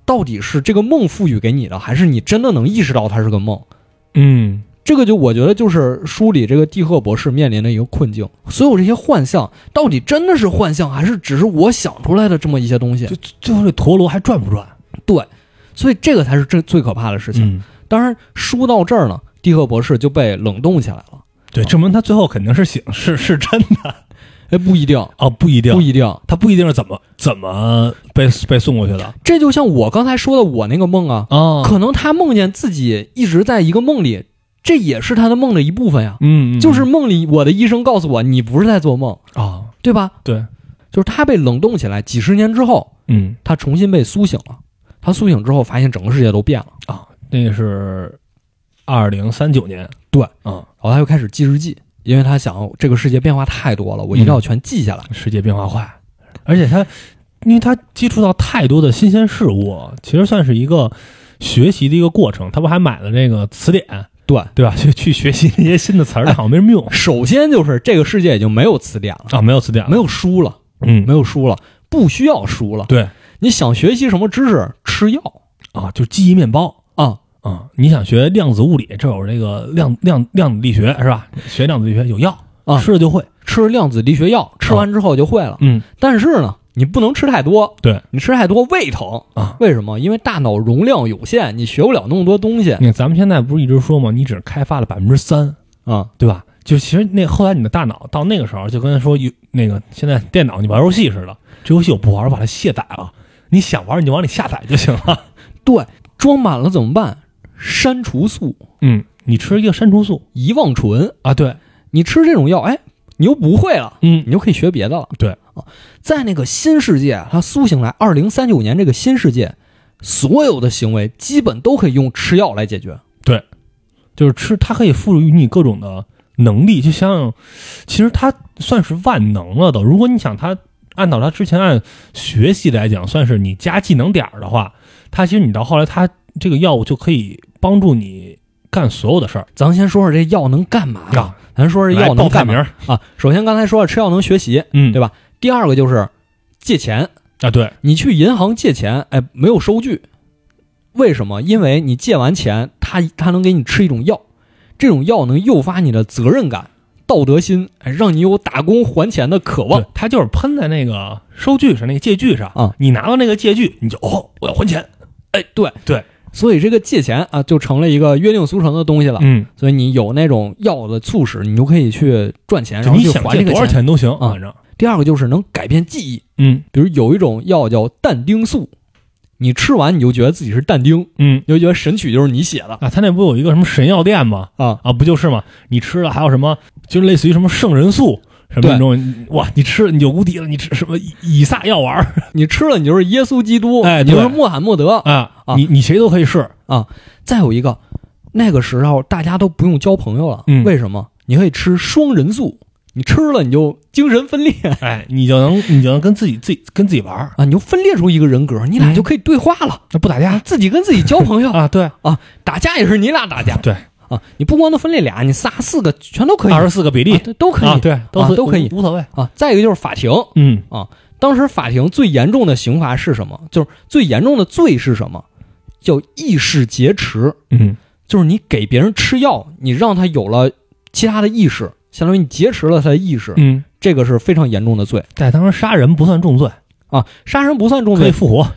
到底是这个梦赋予给你的，还是你真的能意识到它是个梦？
嗯
这个就我觉得就是书里这个蒂赫博士面临的一个困境，所有这些幻象到底真的是幻象，还是只是我想出来的这么一些东西
就？最后这陀螺还转不转？
对，所以这个才是最最可怕的事情。
嗯，
当然，书到这儿呢，蒂赫博士就被冷冻起来了。
对，证明他最后肯定是醒，是是真的
哎，不一定，
哦，不一定
不，一定。
他不一定是怎么怎么被被送过去的
这就像我刚才说的，我那个梦啊，
啊
可能他梦见自己一直在一个梦里，这也是他的梦的一部分呀。
嗯，嗯
就是梦里，我的医生告诉我，你不是在做梦，
啊，
对吧？
对，
就是他被冷冻起来，几十年之后，
嗯
他重新被苏醒了。他苏醒之后，发现整个世界都变了，
啊，那是二零三九年，
对
啊，
然后他又开始记日记，因为他想这个世界变化太多了，我一定要全记下来。
世界变化快，而且他因为他接触到太多的新鲜事物，其实算是一个学习的一个过程。他不还买了那个词典，
对，
对吧？去去学习那些新的词儿，但好像没什么用。
首先就是这个世界已经没有词典了，
啊，没有词典，
没有书了，
嗯，
没有书了，不需要书了。
对
你想学习什么知识，吃药
啊，就是记忆面包
啊，
啊。你想学量子物理，这有这个量量量子力学是吧？学量子力学有药
啊
吃了就会。
吃量子力学药，吃完之后就会了。
嗯
但是呢，你不能吃太多，
对
你吃太多胃疼
啊。
为什么？因为大脑容量有限，你学不了那么多东西啊
你看咱们现在不是一直说吗？你只开发了百分之三，
啊
对吧？就其实那后来你的大脑到那个时候就跟说有那个现在电脑你玩游戏似的，这游戏我不玩，我把它卸载了。你想玩你就往里下载就行了。
对，装满了怎么办？删除素、
嗯，你吃一个删除素
遗忘醇，
啊，对，
你吃这种药，哎，你又不会了，
嗯
你就可以学别的了。
对
啊，在那个新世界，它苏醒来，二零三九年这个新世界，所有的行为基本都可以用吃药来解决。
就是吃，它可以赋予你各种的能力，就像其实它算是万能了的。如果你想它按照它之前按学习来讲，算是你加技能点儿的话，它其实你到后来它这个药物就可以帮助你干所有的事儿
咱先说说这药能干嘛呢？
啊。
咱说这
来
药能
报菜
干
名
嘛
儿，
啊？首先刚才说了吃药能学习，
嗯，
对吧？第二个就是借钱，
啊，对，
你去银行借钱，哎，没有收据，为什么？因为你借完钱，他他能给你吃一种药，这种药能诱发你的责任感、道德心，哎，让你有打工还钱的渴望
对。，他就是喷在那个收据上，那个借据上
啊
你拿到那个借据，你就哦，我要还钱。
哎，对
对，
所以这个借钱啊，就成了一个约定俗成的东西了。
嗯，
所以你有那种药的促使，你就可以去赚钱，
就
然后
你
去
想
还
借
这个
多少
钱。
钱都行，
啊
反正
第二个就是能改变记忆，
嗯
比如有一种药叫但丁素，你吃完你就觉得自己是但丁，
嗯
你就觉得《神曲》就是你写的
啊，他那不有一个什么神药店吗？
啊。
啊，不就是吗？你吃了还有什么，就是类似于什么圣人素什么
对
那种，哇，你吃了你就无敌了，你吃什么以以撒药丸儿
你吃了你就是耶稣基督，
哎
你就是
对
穆罕默德。
啊
啊
你你谁都可以试，
再有一个，那个时候大家都不用交朋友了，
嗯
为什么？你可以吃双人素，你吃了你就精神分裂
哎，你就能你就能跟自己自己跟自己玩儿，
啊，你就分裂出一个人格，你俩
嗯
就可以对话了，
那不打架
自己跟自己交
[LAUGHS]
朋友，
啊？对，
打架也是你俩打架。
对
啊，你不光能分裂俩，你仨四个全都可以，
二十四个比例
啊、对都可以
啊，对，都
啊
是
都可以
无无所谓，
啊。再一个就是法庭，
嗯
当时法庭最严重的刑罚是什么？就是最严重的罪是什么？叫意识劫持，
嗯
就是你给别人吃药，你让他有了其他的意识，相当于你劫持了他的意识，
嗯，
这个是非常严重的罪
在当时杀人不算重罪，
啊。杀人不算重
可以
罪，
复活，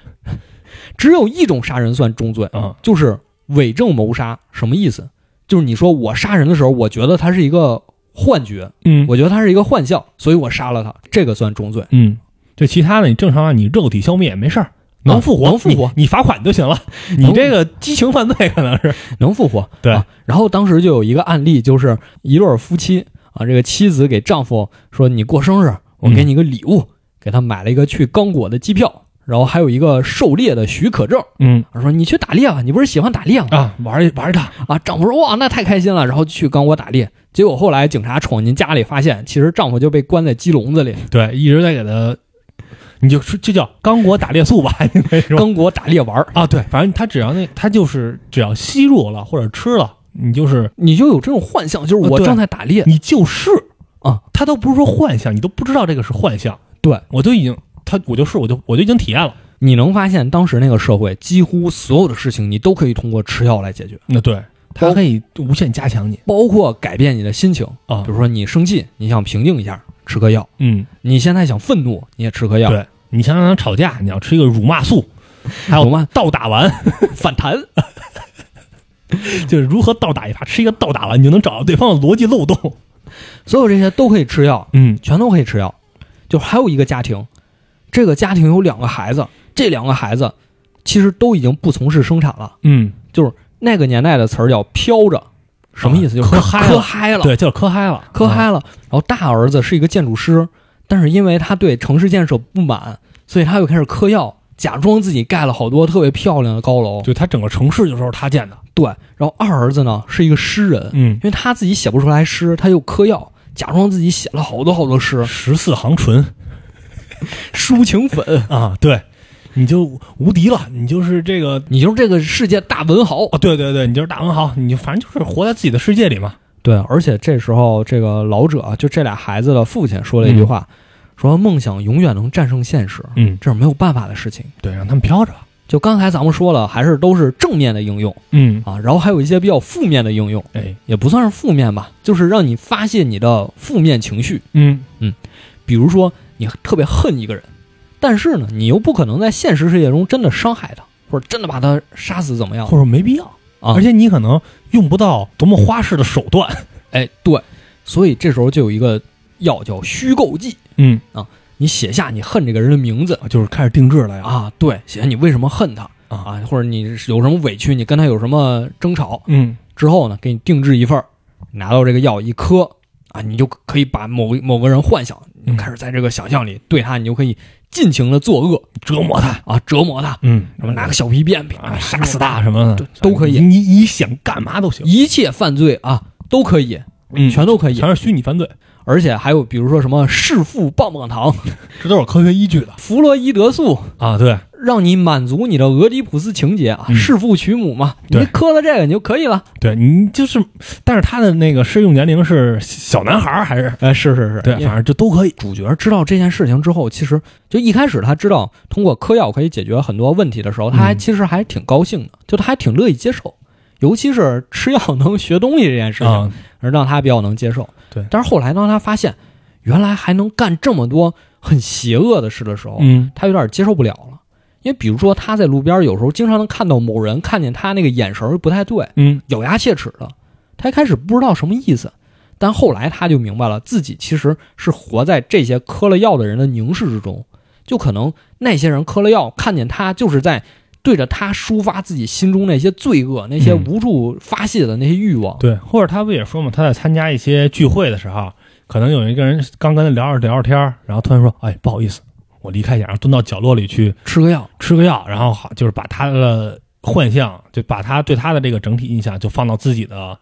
只有一种杀人算重罪，
嗯
就是伪证谋杀。什么意思？就是你说我杀人的时候，我觉得他是一个幻觉，
嗯
我觉得他是一个幻象，所以我杀了他，这个算重罪。
嗯，就其他的你正常啊，你肉体消灭也没事儿。啊能复活，
能复活
你，你罚款就行了。你这个激情犯罪可能是，
能复活。
对
啊，然后当时就有一个案例，就是一对儿夫妻啊，这个妻子给丈夫说：“你过生日，我
嗯
给你个礼物。给他买了一个去刚果的机票，然后还有一个狩猎的许可证。
嗯
说你去打猎吧，你不是喜欢打猎吗？
啊，玩一玩一趟，
啊，丈夫说哇，那太开心了，然后去刚果打猎。结果后来警察闯进家里，发现其实丈夫就被关在鸡笼子里。
对，一直在给他，你就说这叫刚果打猎素吧， [LAUGHS] 应该说
刚果打猎玩儿，
啊，对，反正他只要那他就是只要吸入了或者吃了，你就是
你就有这种幻象，就是
啊
我
对
正在打猎。
你就是
啊，
他都不是说幻象，你都不知道这个是幻象，
对
我都已经他我就是我就我就已经体验了，
你能发现当时那个社会几乎所有的事情，你都可以通过吃药来解决。
那嗯对他可以无限加强你
包括改变你的心情
啊
比如说你生气，你想平静一下，吃颗药；
嗯，
你现在想愤怒，你也吃颗药，
对你想想吵架，你要吃一个辱骂素，还
辱
有
骂
倒打 [LAUGHS] 丸，
反弹。
就是如何倒打一耙，吃一个倒打丸，你就能找到对方的逻辑漏洞。
所有这些都可以吃药，
嗯
全都可以吃药。就还有一个家庭，这个家庭有两个孩子，这两个孩子其实都已经不从事生产了。
嗯，
那个年代的词儿叫“飘着”，什么意思？就是
啊磕嗨了
磕嗨了，
对，就是磕嗨了，啊
磕嗨了。然后大儿子是一个建筑师，但是因为他对城市建设不满，所以他又开始嗑药，假装自己盖了好多特别漂亮的高楼
嗯，。就他整个城市就是他建的。
对，然后二儿子呢是一个诗人，
嗯
因，为他自己写不出来诗，他就嗑药，假装自己写了好多好多
[LAUGHS]
诗，
十四行唇
抒情粉，
啊，对，你就无敌了，你就是这个
[LAUGHS] 你就是这个世界大文豪。
哦，对对对，你就是大文豪，你就反正就是活在自己的世界里嘛。
对，而且这时候这个老者啊就这俩孩子的父亲说了一句话，说梦想永远能战胜现实，
嗯，
这是没有办法的事情。
对，让他们飘着。
就刚才咱们说了，还是都是正面的应用
嗯，
啊，然后还有一些比较负面的应用，
哎，
也不算是负面吧，就是让你发泄你的负面情绪。
嗯，
比如说你特别恨一个人，但是呢，你又不可能在现实世界中真的伤害他，或者真的把他杀死，怎么样
或？者没必要
啊
而且你可能用不到多么花式的手段。
哎，对，所以这时候就有一个药叫虚构剂，
嗯，
你写下你恨这个人的名字
啊就是开始定制了呀。
啊，对，写下你为什么恨他
啊
啊，或者你有什么委屈，你跟他有什么争吵
嗯，
之后呢，给你定制一份儿，拿到这个药一颗啊，你就可以把某某个人幻想，你就开始在这个想象里对他，你就可以尽情的作恶
折磨他。
啊，折磨他。
嗯，
什么拿个小皮鞭鞭
啊，杀死他什么的
对都可以
你你想干嘛都行，
一切犯罪啊都可以，
嗯
全都可以，
全是虚拟犯罪，
而且还有比如说什么弑父棒棒糖、
这都是有科学依据的
弗洛伊德素，
啊。对，
让你满足你的俄狄浦斯情节啊，
嗯
弑父娶母嘛，
对
你磕了这个你就可以了。
对你就是，但是他的那个适用年龄是小男孩儿还是？
哎，是是是
对，反正就都可以。
主角知道这件事情之后，其实就一开始他知道通过嗑药可以解决很多问题的时候，他还
嗯
其实还挺高兴的，就他还挺乐意接受，尤其是吃药能学东西这件事情，
啊，
而让他比较能接受。
对
但是后来当他发现原来还能干这么多很邪恶的事的时候，
嗯
他有点接受不了了。因为比如说他在路边有时候经常能看到某人看见他那个眼神儿不太对，
嗯
咬牙切齿的。他一开始不知道什么意思，但后来他就明白了，自己其实是活在这些嗑了药的人的凝视之中。就可能那些人嗑了药，看见他就是在对着他抒发自己心中那些罪恶、那些
嗯
无处发泄的那些欲望。
对，或者他不也说嘛，他在参加一些聚会的时候，可能有一个人刚跟他聊着聊着天儿，然后突然说：“哎，不好意思，我离开一下，然后蹲到角落里去
吃个药，
吃个药。”然后好，就是把他的幻象，就把他对他的这个整体印象，就放到自己的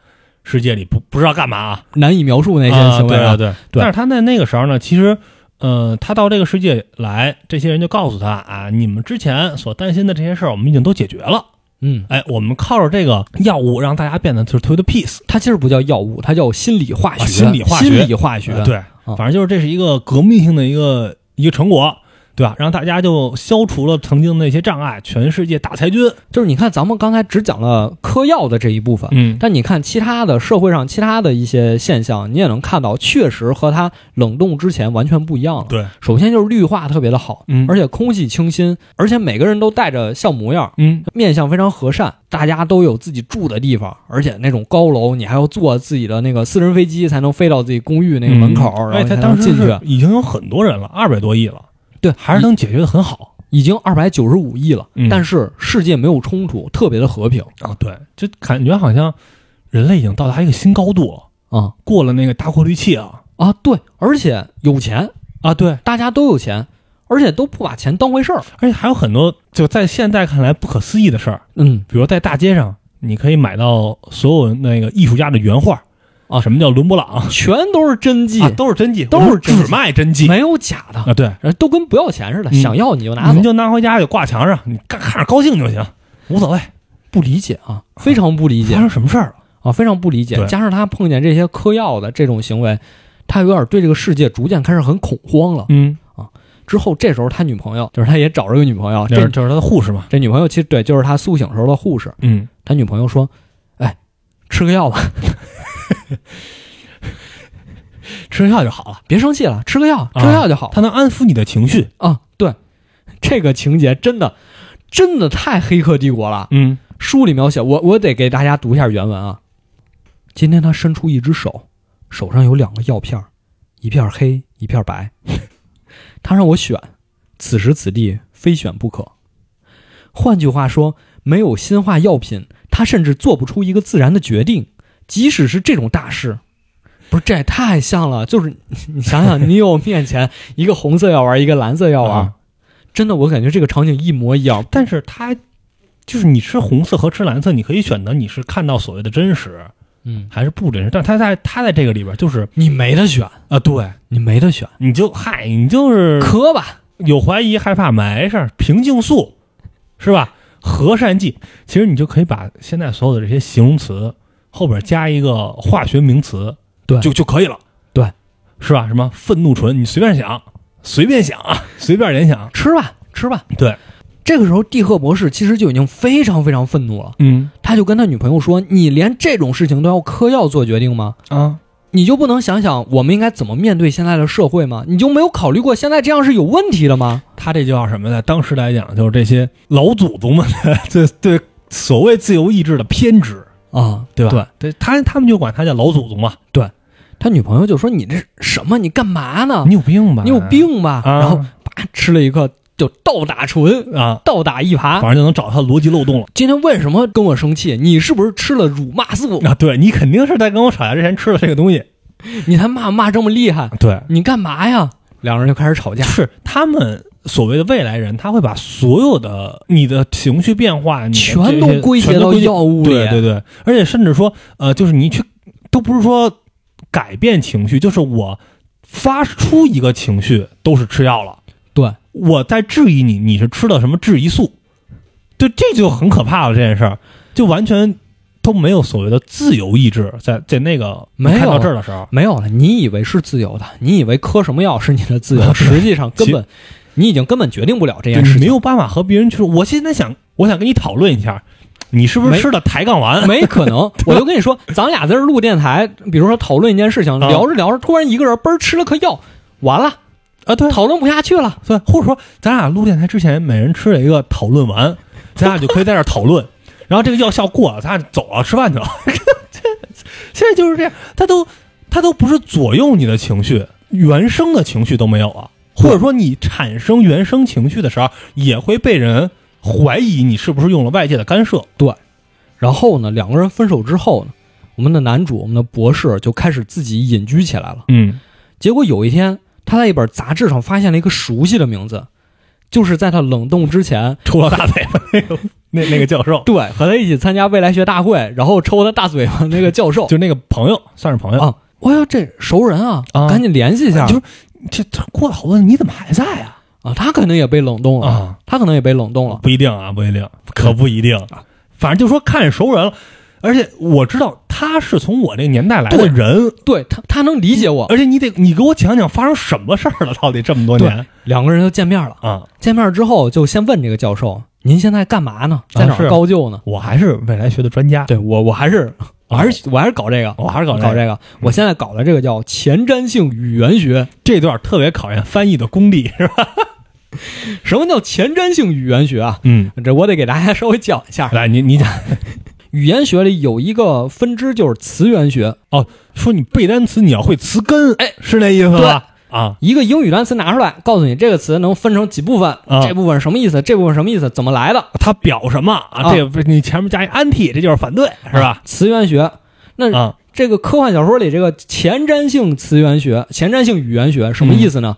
世界里，不不知道干嘛啊。
难以描述那些行为
啊，
啊。
对对
对
但是他在那个时候呢，其实，呃，他到这个世界来，这些人就告诉他啊，你们之前所担心的这些事儿，我们已经都解决了。
嗯，
哎，我们靠着这个药物，让大家变得就是特别的 peace。
它其实不叫药物，它叫心理化学。
啊心理化学
心理化学。
呃对，
啊
反正就是这是一个革命性的一个一个成果，对吧？让大家就消除了曾经的那些障碍，全世界大裁军。
就是你看，咱们刚才只讲了嗑药的这一部分，
嗯，
但你看其他的社会上其他的一些现象，你也能看到，确实和它冷冻之前完全不一样了。
对，
首先就是绿化特别的好，
嗯
而且空气清新，而且每个人都带着像模样，
嗯，
面相非常和善，大家都有自己住的地方，而且那种高楼你还要坐自己的那个私人飞机才能飞到自己公寓那个门口，
嗯
然后
哎，
你
他
才
当
能
时
进
是
去。
已经有很多人了，二百多亿了，
对，
还是能解决的很好。
已经二百九十五亿了，
嗯
但是世界没有冲突，特别的和平
啊，对，就感觉好像人类已经到达一个新高度了，
啊、
过了那个大过滤器啊
啊！对，而且有钱，
啊，对，
大家都有钱，而且都不把钱当回事儿。
而且还有很多就在现在看来不可思议的事儿，
嗯，
比如在大街上，你可以买到所有那个艺术家的原画
啊
什么叫伦勃朗啊，
全都是真迹，
都是真迹，
都是
我们
真迹
只卖真迹
没有假的，
啊，对，
然后都跟不要钱似的，
嗯
想要你就拿
你们
走。
就拿回家就挂墙上，你看看着高兴就行，无所谓。
不理解啊，非常不理
发
解
生什么事儿了？
啊，非常不理解。
对
加上他碰见这些嗑药的这种行为，他有点对这个世界逐渐开始很恐慌了。
嗯，
之后这时候他女朋友，就是他也找了个女朋友，
啊这
这
就是他的护士嘛。
这女朋友其实对，就是他苏醒时候的护士。
嗯，
他女朋友说：“哎，吃个药吧， [LAUGHS]
吃个药就好了，
别生气了，吃个药，吃个药就好了。
它能安抚你的情绪。
啊，对，这个情节真的真的太《黑客帝国》了。
嗯
书里描写，我我得给大家读一下原文啊。今天他伸出一只手，手上有两个药片儿，一片儿黑，一片儿白。 [LAUGHS] 他让我选，此时此地非选不可。换句话说，没有新化药品，他甚至做不出一个自然的决定，即使是这种大事。不是，这也太像了。就是你想想，你有面前一个红色药丸，一个蓝色药丸，
啊
真的，我感觉这个场景一模一样。
但是它就是你吃红色和吃蓝色，你可以选择你是看到所谓的真实
嗯，
还是不真实。但它在它在这个里边就是啊、
你没得选，
对，
你没得选。
你就嗨，你就是
磕吧，
有怀疑、害怕、没事儿，平静素是吧？和善剂，其实你就可以把现在所有的这些形容词后边加一个化学名词，
对
就就可以了，
对，
是吧？什么愤怒醇，你随便想，随便想啊，随便联想，
吃吧，吃吧。
对，
这个时候，蒂赫博士其实就已经非常非常愤怒了，
嗯
他就跟他女朋友说：“你连这种事情都要嗑药做决定吗？
啊，
你就不能想想我们应该怎么面对现在的社会吗？你就没有考虑过现在这样是有问题的吗
他这叫什么呢？当时来讲，就是这些老祖宗们的 [LAUGHS] 对对所谓自由意志的偏执，？”
啊，
对吧？
对，
对，他他们就管他叫老祖宗嘛。
他女朋友就说：“你这什么？你干嘛呢？
你有病吧？
你有病吧？”
啊
然后啪吃了一颗，就倒打唇，
啊！
倒打一
反
耙。
正就能找他逻辑漏洞了
今天为什么跟我生气？你是不是吃了辱骂素？
啊！对你肯定是在跟我吵架之前吃了这个东西。
你还骂骂这么厉害？
对，
你干嘛呀？两人就开始吵架。
是他们所谓的未来人，他会把所有的你的情绪变化，你的
全
这
都
些
归结
嗯全都
到
归结
药物里。
对对对，而且甚至说，呃，就是你去，都不是说改变情绪，就是我发出一个情绪都是吃药了，
对
我在质疑你，你是吃了什么质疑素，对，这就很可怕了。这件事儿就完全都没有所谓的自由意志，在在那个
没有
看到这儿的时候，
没有了。你以为是自由的，你以为嗑什么药是你的自由，
[LAUGHS] 对
实际上根本你已经根本决定不了这
就
件事
你
情。
没有办法和别人去说，我现在想，我想跟你讨论一下。你是不是
没
吃的抬杠丸？
没可
[LAUGHS]
能。我就跟你说，咱俩在这儿录电台，比如说讨论一件事情，
啊
聊着聊着，突然一个人嘣儿吃了颗药，完了，
啊，对，
讨论不下去了。
对，或者说咱俩录电台之前，每人吃了一个讨论丸，咱俩就可以在这儿讨论。然后这个药效过了，咱俩走了，啊吃饭去了。 [LAUGHS] 现在就是这样，他都他都不是左右你的情绪，原生的情绪都没有了，或者说你产生原生情绪的时候，也会被人怀疑你是不是用了外界的干涉。
然后呢，两个人分手之后呢，我们的男主，我们的博士就开始自己隐居起来了。
[LAUGHS] 嗯，
结果有一天，他在一本杂志上发现了一个熟悉的名字，就是在他冷冻之前，
抽了大嘴巴那个那那个教授，
对，和他一起参加未来学大会，然后抽他大嘴巴那个教授
就那个朋友，算是朋友。
啊，哎呀，这熟人啊，
啊
赶紧联系一下
就是这这过了好多年，你怎么还在呀、
啊，他可能也被冷冻了，
啊
他可能也被冷冻了。
不一定啊，不一定，可不一定
啊。
反正就说看熟人了，而且我知道他是从我那个年代来的
对
人，
对他，他能理解我。
而且你得你给我讲讲发生什么事儿了，到底这么多年
两个人就见面了，
啊？
见面之后就先问这个教授：“您现在干嘛呢？在哪
啊是
儿高就呢
我还是未来学的专家？”，
对我，我还是我还是我还是搞这个，
我还哦是搞
搞
这个嗯
这个。我现在搞的这个叫前瞻性语言学。
这段特别考验翻译的功力，是吧？
什么叫前瞻性语言学啊？
嗯，
这我得给大家 [LAUGHS] 稍微讲一下。
[LAUGHS] 来，你你讲
语言学里有一个分支就是词源学，
说你背单词，你要会词根，哎，是那意思吧？啊，
一个英语单词拿出来，告诉你这个词能分成几部分，
啊
这部分什么意思，这部分什么意思，怎么来的。
他表什么啊？
啊
这不是你前面加一 anti，这就是反对，是吧？
词源学。那
啊，
这个科幻小说里这个前瞻性词源学、前瞻性语言学什么意思呢？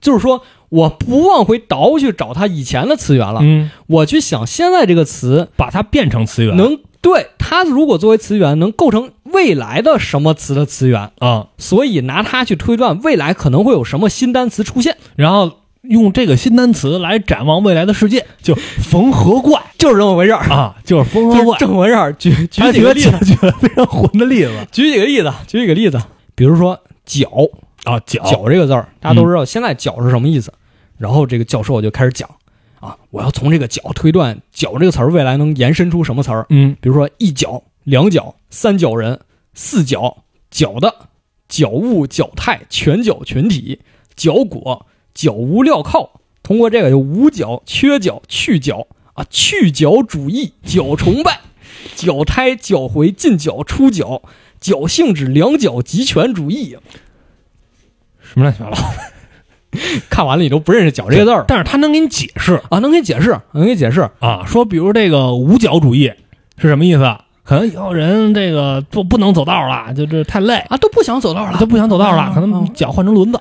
就是说我不往回倒去找它以前的词源了，
嗯，
我去想现在这个词
把它变成词源
能对它如果作为词源能构成未来的什么词的词源，
啊，
所以拿它去推断未来可能会有什么新单词出现，
然后用这个新单词来展望未来的世界，就缝合怪
就是这么回事儿，
[LAUGHS] 啊，就是缝
就
合
是 [LAUGHS]
怪。
这么回事儿。举举几个例子，
举个非常混的例子
举几个例子，举几个例子，比如说脚，
啊，脚
脚嗯这个字儿，大家都知道现在脚是什么意思。然后这个教授就开始讲啊，我要从这个脚推断“脚”这个词儿未来能延伸出什么词儿，
嗯
比如说一脚、两脚、三脚人、四脚、脚的、脚物、脚态、全脚群体、脚果、脚无镣铐。通过这个就无脚、缺脚、去脚啊，去脚主义、脚崇拜、脚胎、脚回、进脚、出脚、脚性质、两脚集权主义。
什么乱七八糟
看完了你都不认识“脚”这个字儿了
但是他能给你解释
啊，能给解释，能给解释，
啊，说比如这个无脚主义是什么意思？可能以后人这个不不能走道了，就这太累
啊，都不想走道
他。不想走道了，可能脚换成轮子，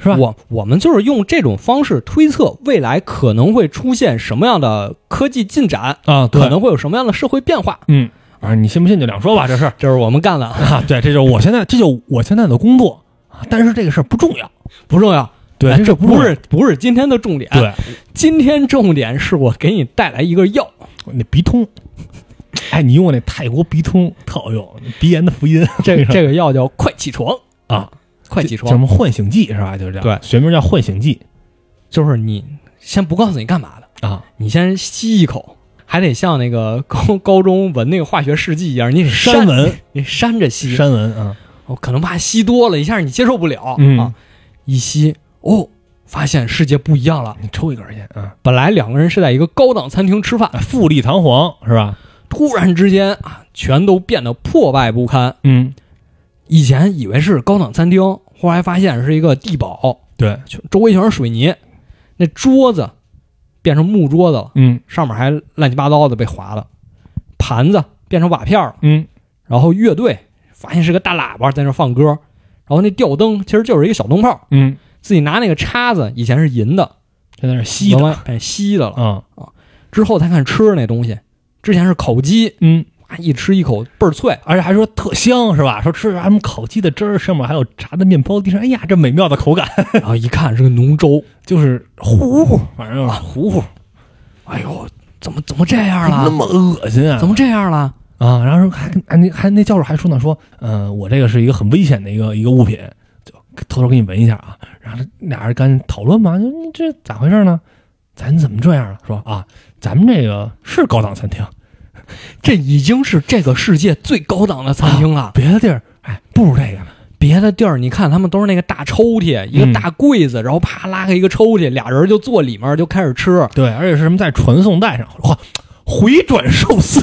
是吧？
我我们就是用这种方式推测未来可能会出现什么样的科技进展，
啊，对
可能会有什么样的社会变化，
嗯啊，你信不信就两说吧，这事儿
这是我们干的， [LAUGHS]
啊，对，这就是我现在这就我现在的工作啊，但是这个事儿不重要，
不重要。
对，
哎
这事儿
这
不哎重
不
要
是不是今天的重点，，
对，
今天重点是我给你带来一个
[LAUGHS]
药，
那鼻通，哎，你用我那泰国鼻通特好用，鼻炎的福音。
这个
是吧
这个药叫快起床，
[LAUGHS] 啊，
快起
叫什
床，
么唤醒剂是吧？就是这样，
对
学名叫唤醒剂
就是你先不告诉你干嘛的，
啊，
你先吸一口，还得像那个高高中闻那个化学试剂一样，你得
山
闻，
文，
你扇着吸，
山文啊，
我哦可能怕吸多了，一下你接受不了、
嗯
啊，一吸哦，发现世界不一样了。
你抽一根儿去啊，
本来两个人是在一个高档餐厅吃饭，
富丽堂皇是吧？
突然之间啊，全都变得破败不堪。
嗯，
以前以为是高档餐厅，后来发现是一个地堡，
对，
全周围全是水泥，那桌子变成木桌子了，
嗯
上面还乱七八糟的被划了，盘子变成瓦片了，
嗯，
然后乐队发现是个大喇叭在那放歌，然后那吊灯其实就是一个小灯泡。
嗯，
自己拿那个叉子，以前是银的，
现在是吸
慢
的
慢变稀的了。
啊，
之后才看吃那东西，之前是烤鸡，
嗯，
啊，一吃一口倍儿
[LAUGHS]
脆，
而且还说特香是吧？说吃着什么烤鸡的汁儿，上面还有炸的面包，地上哎呀，这美妙的口感，
然后一看是个浓粥，
就是糊糊，反正啊糊糊，
哎呦，怎么怎么这样
那
了？
么恶心啊，
怎么这样了？
啊，然后说还还那还那教授还说呢，说，嗯、我这个是一个很危险的一个一个物品，就偷偷给你闻一下啊。然后俩人赶紧讨论嘛，就你这咋回事呢？咱怎么这样啊？说啊，咱们这个是高档餐厅，
这已经是这个世界最高档的餐厅了。
别的地儿哎不如这个呢。
别的地儿你看，他们都是那个大抽屉，
嗯
一个大柜子，然后啪拉开一个抽屉，俩人就坐里面就开始吃。
对，而且是什么在传送带上，哇，回转寿司，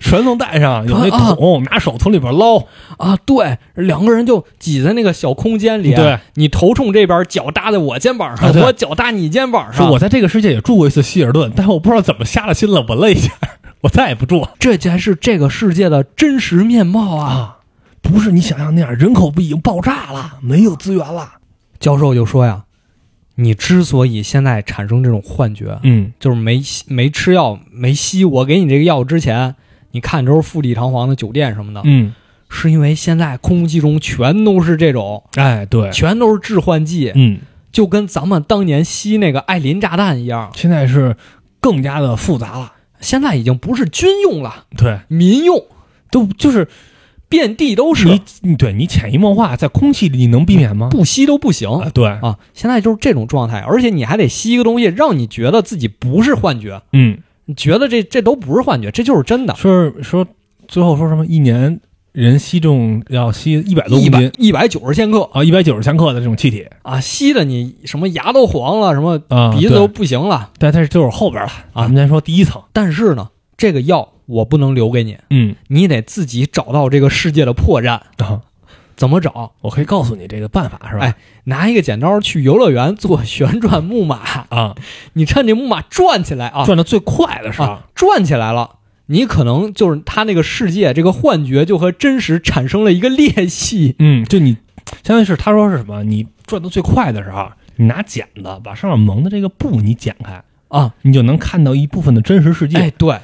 传送带上有那
啊啊
桶，我们拿手从里边捞，
啊，对，两个人就挤在那个小空间里，啊
对，
你头冲这边，脚搭在我肩膀上，
啊对
我脚搭你肩膀
说
上，
我在这个世界也住过一次希尔顿，但是我不知道怎么瞎了心了，纹了一下，我再也不住了
这才是这个世界的真实面貌啊！
啊！不是你想象那样，人口不已经爆炸了，没有资源了。
教授就说呀，你之所以现在产生这种幻觉，
嗯，
就是没吸没吃药没吸我给你这个药之前，你看都是富丽堂皇的酒店什么的，
嗯，
是因为现在空气中全都是这种，
哎，对，
全都是致幻剂，
嗯，
就跟咱们当年吸那个艾琳炸弹一样，
现在是更加的复杂了。
现在已经不是军用了，
对，
民用。
都就是
遍地都是
你，，你对你潜移默化在空气里，你能避免吗？
不吸都不行
啊，对，
啊！现在就是这种状态，而且你还得吸一个东西，让你觉得自己不是幻觉，
嗯，
你觉得这这都不是幻觉，这就是真的。
说是说最后说什么一年人吸中要吸一百多
一
公
百
斤
一百九十千克
啊，一百九十千克的这种气体
啊，吸的你什么牙都黄了，什么
啊，
鼻子
对
都不行了。
但它是就是后边了
啊
咱们先说第一层，
但是呢，这个药我不能留给你，
嗯
你得自己找到这个世界的破绽。
啊，
怎么找？
我可以告诉你这个办法是吧？
哎拿一个剪刀去游乐园做旋转木马，
啊，
你趁这木马转起来啊，
转的最快的时候，
啊，转起来了，你可能就是他那个世界，这个幻觉就和真实产生了一个裂隙。
嗯，就你相当于是他说是什么？你转的最快的时候，你拿剪子把上面蒙的这个布你剪开，
啊，
你就能看到一部分的真实世界。
哎，对，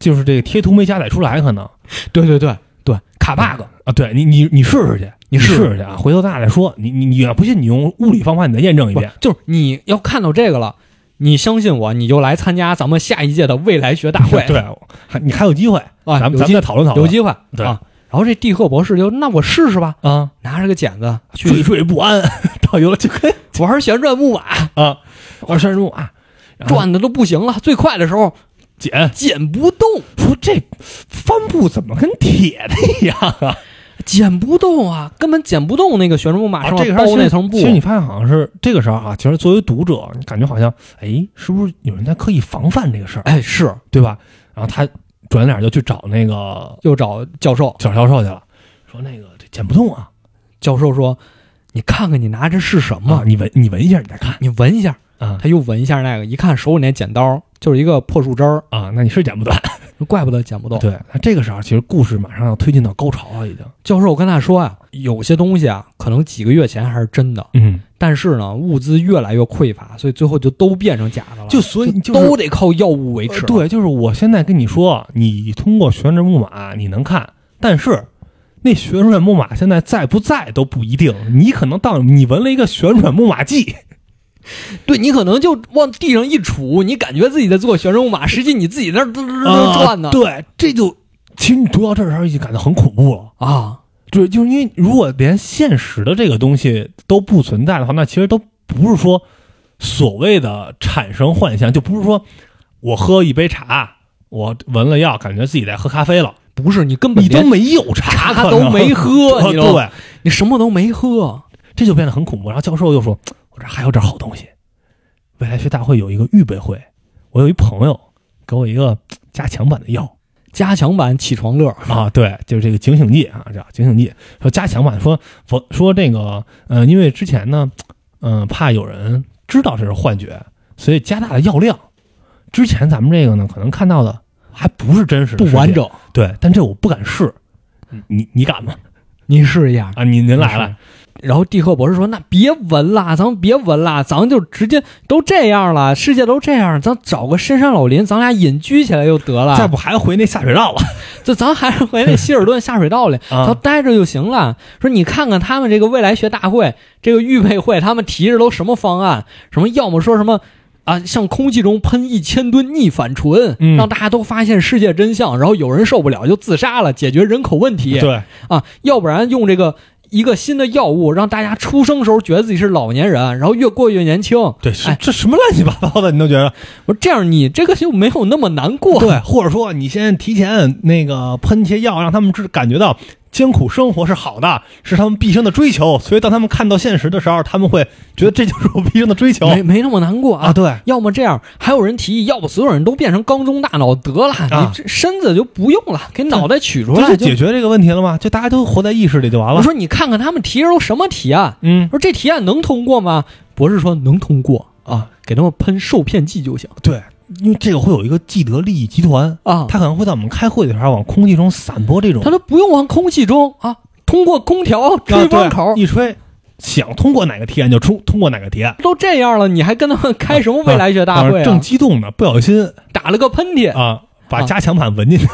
就是这个贴图没加载出来，可能
对对对对，卡 bug，
啊。对你，你你试试去，
你
你
试试
试去啊。回头咱俩再说。你你你要不信，你用物理方法你再验证一
不
遍。
就是你要看到这个了，你相信我，你就来参加咱们下一届的未来学大会，
[LAUGHS] 对，还你还有机会，
[LAUGHS] 啊，
咱们
有
咱们
机
再讨论讨
有
论。
机会，
对
啊。然后这地克博士就那我试试吧，
啊，
拿着个剪
[LAUGHS]
子
惴
去
惴不安，到游
[LAUGHS]
乐就跟
玩旋转木马，
啊，玩山猪啊，然后
转的都不行了，最快的时候
剪，
剪不动，
说这帆布怎么跟铁的一样啊？
剪不动啊，根本剪不动那个旋转木马上
啊这
面
个时
啊包
候其实
那层布。
其实你发现好像是这个时候啊，其实作为读者，你感觉好像哎，是不是有人在刻意防范这个事儿，
哎，是
对吧？然后他转脸就去找那个
又找教授，
小销售去了，说那个这剪不动啊，
教授说：“你看看你拿这是什么？
啊，你闻你闻一下，你再看
你闻一下。”
啊
他又闻一下那个，一看手里那剪刀就是一个破树枝儿，
啊，那你是剪不断。
怪不得剪不动。
对，那这个时候其实故事马上要推进到高潮了，已经。
教授跟他说啊，有些东西啊，可能几个月前还是真的，
嗯，
但是呢，物资越来越匮乏，所以最后就都变成假的了，
就所以就是
都得靠药物维持。
呃。对，就是我现在跟你说，你通过旋转木马你能看，但是那旋转木马现在在不在都不一定。你可能到你纹了一个旋转木马记，
对你可能就往地上一杵，你感觉自己在做旋转木马，实际你自己在那儿嘟嘟嘟嘟转呢
啊。对，这就其实你读到这儿的时候已经感到很恐怖了。
啊，
对，就是因为如果连现实的这个东西都不存在的话，那其实都不是说所谓的产生幻象，就不是说我喝一杯茶，我闻了药，感觉自己在喝咖啡了，
不是你根本
你都
连
没有茶，
茶
可
都
能
没喝
啊
你知道吗
[LAUGHS] 对，
你什么都没喝，
这就变得很恐怖。然后教授又说：“我这还有点好东西，未来学大会有一个预备会，我有一朋友给我一个加强版的
[LAUGHS]
药
加强版起床乐
啊，对，就是这个警醒剂啊，叫警醒剂。说加强版说说说这个，呃，因为之前呢，嗯、怕有人知道这是幻觉，所以加大了药量。之前咱们这个呢，可能看到的还不是真实
不
的世界
完，整，嗯
对，但这我不敢试。”你你敢吗？
你试一下。
啊，你您来了，
然后蒂克博士说：“那别闻啦，咱们别闻啦，咱们就直接都这样了，世界都这样，咱找个深山老林，咱俩隐居起来就得了。
再不还回那下水道了？
这咱还是回那希尔顿下水道里，
[LAUGHS] 啊
咱待着就行了。说你看看他们这个未来学大会，这个预备会，他们提着都什么方案？什么要么说什么啊，向空气中喷一千吨逆反醇，
嗯
让大家都发现世界真相，然后有人受不了就自杀了，解决人口问题。
对，
啊，要不然用这个一个新的药物，让大家出生时候觉得自己是老年人，然后越过越年轻。
对，是
哎
这什么乱七八糟的，你都觉得
我说这样你这个就没有那么难过。
对，或者说你先提前那个喷一些药，让他们知感觉到艰苦生活是好的，是他们毕生的追求。所以当他们看到现实的时候，他们会觉得这就是我毕生的追求
没没那么难过啊。
哦啊！对，
要么这样，还有人提议，要不所有人都变成缸中大脑得了，
啊
你这身子就不用了，给脑袋取出
不
来
就
就
解决这个问题了吗？就大家都活在意识里就完
我
了。
说你看看他们提出什么提案，
嗯，
说这提案能通过吗？博士说能通过
啊，
给他们喷受骗剂就行
对，因为这个会有一个既得利益集团，
啊。
他可能会在我们开会的时候往空气中散播这种
他都不用往空气中啊，通过空调吹
啊
风
对
口、
一吹，想通过哪个提案就出通过哪个提案。
都这样了，你还跟他们开什么未来学大
[LAUGHS] 当
会
时
啊？
正激动呢，不小心
打了个喷嚏，
啊，把
啊
加强版闻进去。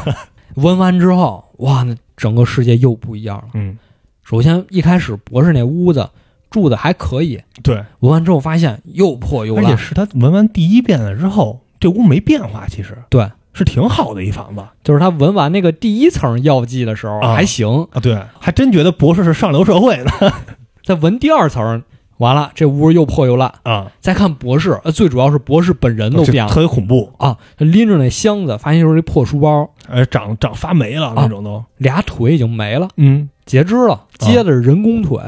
闻完之后，哇，那整个世界又不一样了。
嗯，
首先一开始博士那屋子住的还可以，
对，
闻完之后发现又破又
而且
烂，
是他闻完第一遍了之后，这屋没变化，其实
对，啊
是挺好的一房子
就是他闻完那个第一层药剂的时候
啊
还行，
啊。对，还真觉得博士是上流社会的
再闻第二层，完了这屋又破又烂。
啊，
再看博士，呃，最主要是博士本人都
哦这
变了
特别恐怖，
啊！他拎着那箱子，发现就是这破书包，
哎，长长发霉了
啊
那种都。
俩腿已经没了，
嗯，
截肢了，接的是人工腿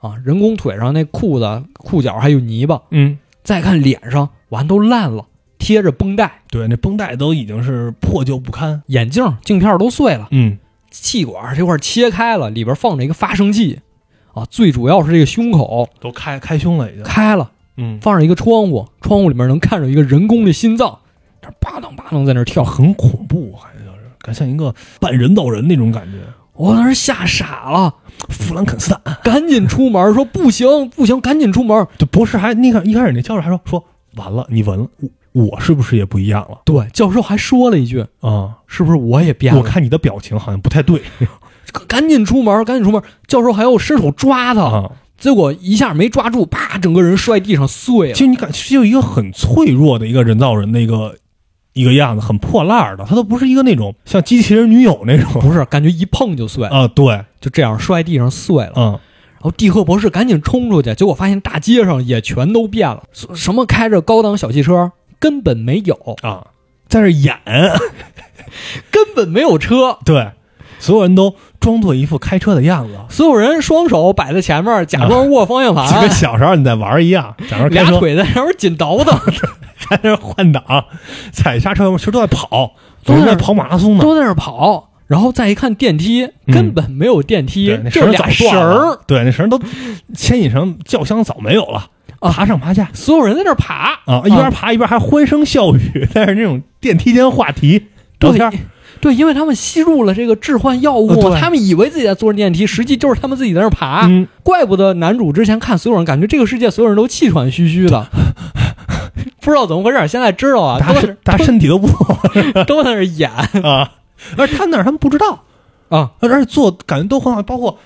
啊，人工腿上那裤子裤脚还有泥巴。
嗯，
再看脸上，完都烂了，贴着绷带，
对，那绷带都已经是破旧不堪。
眼镜镜片都碎了，
嗯，
气管这块切开了，里边放着一个发生器啊，最主要是这个胸口
都开开胸了已经。
开了，
嗯，
放上一个窗户，窗户里面能看着一个人工的心脏，这吧楞吧楞在那儿跳。
很恐怖，还就是感觉像一个半人造人那种感觉。
我当时吓傻了， [LAUGHS]
弗兰肯斯坦，
赶紧出门，说不行不行，赶紧出门。
就博士还那个一开始那教授还说说完了，你闻了，我我是不是也不一样了
对，教授还说了一句
啊？：“
是不是我也变
我
了
看你的表情好像不太对？”
赶紧出门，赶紧出门。教授还要伸手抓他，
啊。
结果一下没抓住，啪，整个人摔地上碎
其
了。
实你感就一个很脆弱的一个人造人的一个一个样子，很破烂儿的，他都不是一个那种像机器人女友那种
不是，感觉一碰就碎，
啊。对，
就这样摔地上碎了。
嗯，
然后地核博士赶紧冲出去，结果发现大街上也全都变了，什什么开着高档小汽车根本没有，
啊，在这演，
根本没有车。
对，所有人都装作一副开车的样子，
所有人双手摆在前面，假装握方向
[LAUGHS]
盘，
就跟小时候你在玩儿
[LAUGHS]
一样，假装开
俩
车。
腿在那边紧倒
[LAUGHS]
腾，
还在那换挡、踩刹车，车都在跑，
都
有
在
人在跑马拉松呢。
都在那儿跑。然后再一看电梯，
嗯
根本没有电梯，
对，那
就是
绳儿
俩
早
绳
断了
儿。，
对，那绳儿都牵引绳、轿厢早没有了，
啊
爬上爬下
所有人在那儿爬
啊，一边爬一边还欢声笑语，但是那种电梯间话题聊天儿
对。对，因为他们吸入了这个置换药
呃
物，
对
他们以为自己在坐着电梯，实际就是他们自己在那儿爬。
嗯，
怪不得男主之前看所有人，感觉这个世界所有人都气喘吁吁
[LAUGHS]
的，不知道怎么回事儿。现在知道啊，
大
都
家
在
身大家身体都不错
那都在那儿演
啊，而他们那儿他们不知道，
啊，
而且做感觉都很好，包括。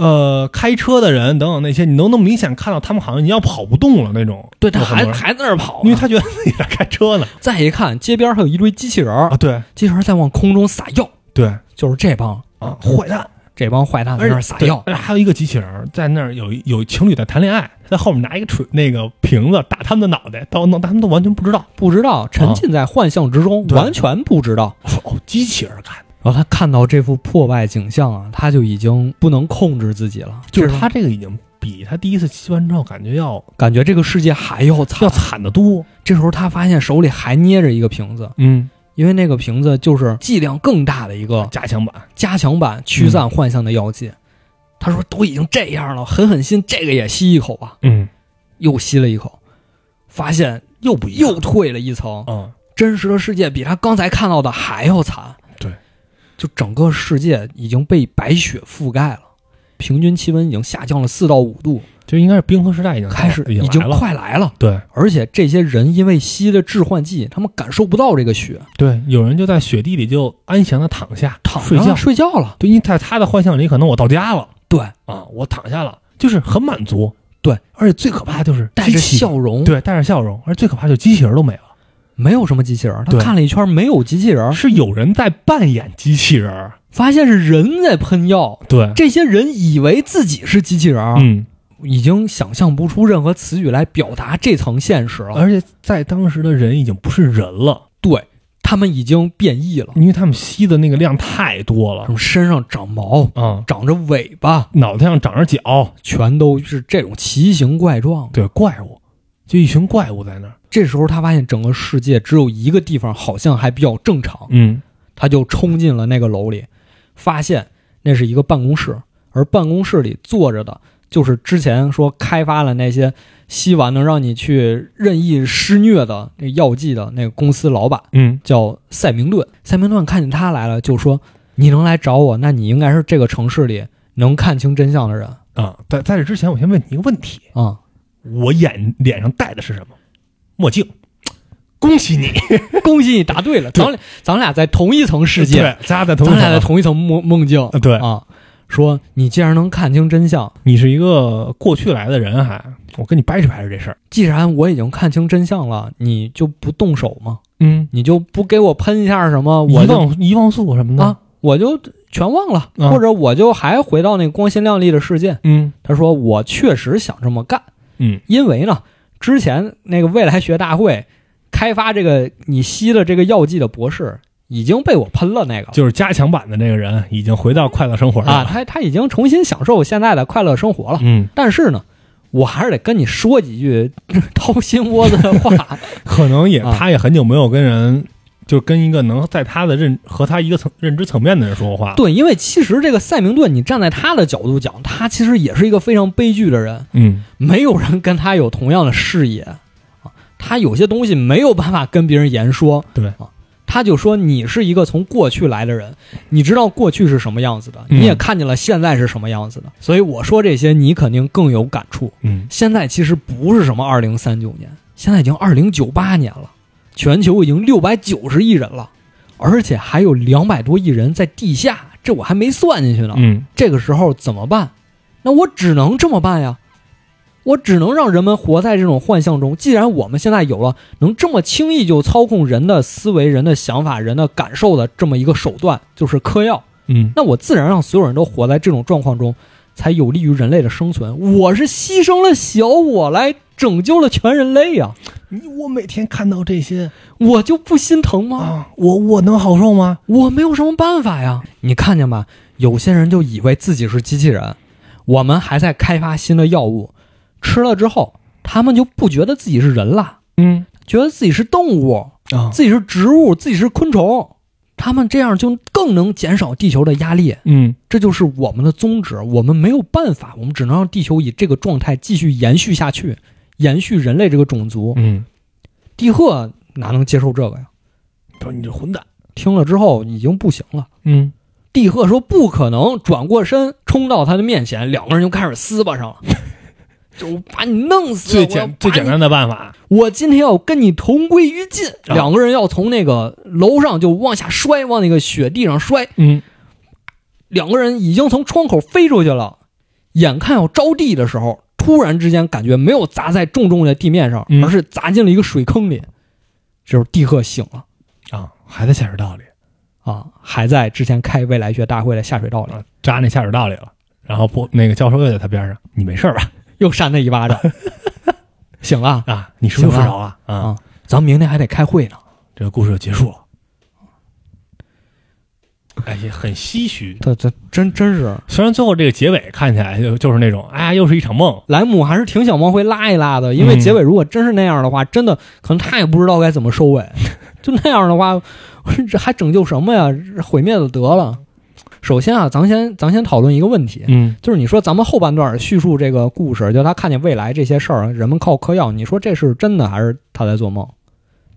呃，开车的人等等那些，你能能明显看到他们好像你要跑不动了那种。
对，他
有很
还还在
多人
那儿跑呢、
因为他觉得自己在开车呢。
再一看，街边还有一堆机器人儿
啊，，对
机器人儿在往空中撒药，
对
就是这帮
啊，坏蛋，
这帮坏蛋啊在
而
那
且
儿撒药，
对而且还有一个机器人儿在那儿有一有情侣在谈恋爱，在后面拿一个锤那个瓶子打他们的脑袋，到弄他们都完全不知道。
不知道沉浸在幻象之中，
啊对
完全不知道。
我说哦，机器人儿干的，
然后他看到这幅破败景象啊，他就已经不能控制自己了，
就是
这
他这个已经比他第一次吸完之后感觉要
感觉这个世界还要惨。
要惨得多。
这时候他发现手里还捏着一个瓶子，
嗯，
因为那个瓶子就是剂量更大的一个
加强版
加强版驱散幻象的药
嗯
剂。他说：“都已经这样了，狠狠心，这个也吸一口吧。
嗯”
又吸了一口，发现
又不一样，
又退了一层。
嗯
真实的世界比他刚才看到的还要惨。
对，
就整个世界已经被白雪覆盖了，平均气温已经下降了四到五度，
就应该是冰河时代已经
开始
已
已经
嗯来了。
快来了。
对
而且这些人因为吸了致幻剂，他们感受不到这个雪，
对，有人就在雪地里就安详的躺下
躺
睡
着
觉。
睡觉了。
对，因为在他的幻象里，可能我到家了
对，
啊，我躺下了，就是很满足。
对，
而且最可怕的就是
带着
机器人
笑容，
对，带着笑容。而最可怕就是机器人都没了，
没有什么机器人儿，他
对
看了一圈没有机器人儿，
是有人在扮演机器人儿，
发现是人在喷药，
对，
这些人以为自己是机器人儿，
嗯，
已经想象不出任何词语来表达这层现实了。
而且在当时的人已经不是人了，
对他们已经变异了，
因为他们吸的那个量太多了
什么身上长毛、
啊、
长着尾巴，
脑袋上长着角，
全都是这种奇形怪状的。
对，怪物，就一群怪物在那儿，
这时候他发现整个世界只有一个地方好像还比较正常，
嗯
他就冲进了那个楼里，发现那是一个办公室，而办公室里坐着的就是之前说开发了那些吸完能让你去任意施虐的那药剂的那个公司老板，
嗯
叫塞明顿。塞明顿看见他来了，就说：“你能来找我，那你应该是这个城市里能看清真相的人啊。啊
啊。在在这之前，我先问你一个问题：我眼脸上戴的是什么？墨镜。恭喜你，
恭喜你答对了，
对
咱俩咱俩在同一层世界，
[LAUGHS] 对，咱俩在同一
咱俩
层
在同一层梦梦境
啊对，
啊。说你既然能看清真相，
你是一个过去来的人，还我跟你掰扯掰扯这事儿。
既然我已经看清真相了，你就不动手吗？
嗯，
你就不给我喷一下什么？我
遗
就
忘遗忘素什么的
啊，我就全忘了，
啊
或者我就还回到那个光鲜亮丽的世界。
嗯
他说我确实想这么干，
嗯
因为呢，之前那个未来学大会开发这个你吸了这个药剂的博士已经被我喷了那个了
就是加强版的那个人已经回到快乐生活上
啊，
了。
他他已经重新享受现在的快乐生活了。
嗯，
但是呢，我还是得跟你说几句 [LAUGHS] 掏心窝子的话。
可能也、
啊
他也很久没有跟人，就跟一个能在他的认和他一个层认知层面的人说过话。
对，因为其实这个塞明顿，你站在他的角度讲，他其实也是一个非常悲剧的人，
嗯，
没有人跟他有同样的视野啊。他有些东西没有办法跟别人言说，
对
啊，他就说你是一个从过去来的人，你知道过去是什么样子的，
嗯
你也看见了现在是什么样子的，所以我说这些你肯定更有感触。
嗯，
现在其实不是什么二零三九年，现在已经二零九八年了，全球已经六百九十亿人了，而且还有两百多亿人在地下，这我还没算进去呢。
嗯，
这个时候怎么办？那我只能这么办呀，我只能让人们活在这种幻象中。既然我们现在有了能这么轻易就操控人的思维、人的想法、人的感受的这么一个手段，就是嗑药，
嗯，
那我自然让所有人都活在这种状况中，才有利于人类的生存。我是牺牲了小我来拯救了全人类呀、
你我每天看到这些
我就不心疼吗？
啊，我我能好受吗？
我没有什么办法呀。你看见吧，有些人就以为自己是机器人，我们还在开发新的药物，吃了之后，他们就不觉得自己是人了，
嗯
觉得自己是动物，
啊，
自己是植物，自己是昆虫。他们这样就更能减少地球的压力，
嗯
这就是我们的宗旨，我们没有办法，我们只能让地球以这个状态继续延续下去，延续人类这个种族。
嗯，
地鹤哪能接受这个呀？
说你这混蛋。
听了之后已经不行了。
嗯，
地鹤说不可能，转过身冲到他的面前，两个人就开始撕巴上了，就把你弄死。
最
我要把
简
你
最简，单的办法，
我今天要跟你同归于尽。
啊
两个人要从那个楼上就往下摔，往那个雪地上摔。
嗯
两个人已经从窗口飞出去了，眼看要着地的时候，突然之间感觉没有砸在重重的地面上，
嗯
而是砸进了一个水坑里。这时候地鹤醒了
啊，还在下水道里
啊，还在之前开未来学大会的下水道里，
啊，扎那下水道里了。然后不，那个教授又在他边上，你没事儿吧？
又扇他一巴 [LAUGHS] 掌。醒了，
啊，你是不是
行
睡
了
着了啊
啊？咱们明天还得开会呢。
这个故事就结束了。哎，也很唏嘘。
他他真真是
虽然最后这个结尾看起来就就是那种，哎呀，又是一场梦。
莱姆还是挺想往回拉一拉的，因为
嗯
结尾如果真是那样的话，真的可能他也不知道该怎么收尾。就那样的话， [LAUGHS] 这还拯救什么呀？毁灭就得了。首先啊，咱先咱先讨论一个问题，
嗯
就是你说咱们后半段叙述这个故事，就他看见未来这些事儿，啊人们靠嗑药，你说这是真的还是他在做梦？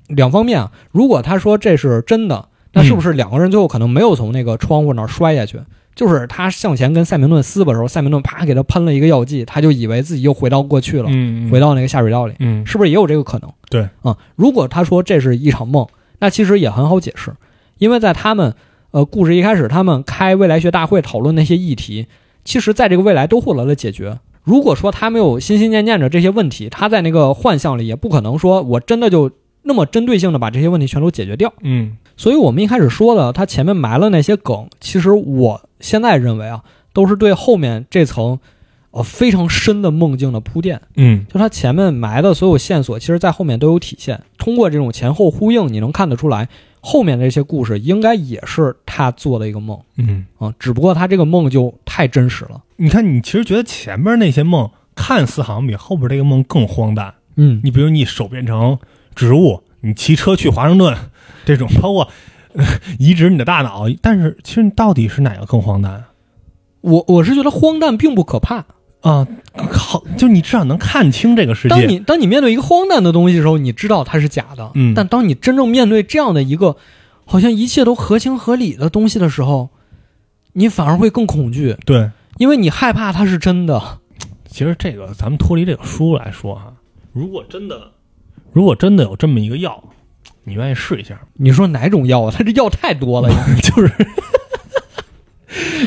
两方面啊，如果他说这是真的，那是不是两个人最后可能没有从那个窗户那儿摔下去？
嗯
就是他向前跟塞明顿撕巴的时候，塞明顿啪给他喷了一个药剂，他就以为自己又回到过去了，
嗯
回到那个下水道里，
嗯
是不是也有这个可能？
对
啊、如果他说这是一场梦，那其实也很好解释，因为在他们呃故事一开始，他们开未来学大会讨论那些议题，其实在这个未来都获得了解决。如果说他没有心心念念着这些问题，他在那个幻象里也不可能说我真的就那么针对性的把这些问题全都解决掉。
嗯
所以我们一开始说的，他前面埋了那些梗，其实我现在认为啊，都是对后面这层呃非常深的梦境的铺垫。
嗯
就他前面埋的所有线索，其实在后面都有体现。通过这种前后呼应，你能看得出来，后面这些故事应该也是他做的一个梦
嗯，
啊、只不过他这个梦就太真实了。
你看，你其实觉得前面那些梦看似好像比后边这个梦更荒诞。
嗯，
你比如你手变成植物，你骑车去华盛顿这种，包括、 [LAUGHS] 呃移植你的大脑，但是其实你到底是哪个更荒诞啊？
我我是觉得荒诞并不可怕。
啊，靠！就你至少能看清这个世
当
界。
你当你面对一个荒诞的东西的时候，你知道它是假的。
嗯
但当你真正面对这样的一个好像一切都合情合理的东西的时候，你反而会更恐惧，
对，
因为你害怕它是真的。
其实这个咱们脱离这个书来说哈、如果真的，如果真的有这么一个药，你愿意试一下吗？ [LAUGHS]
你说哪种药啊？它这药太多了呀！
就是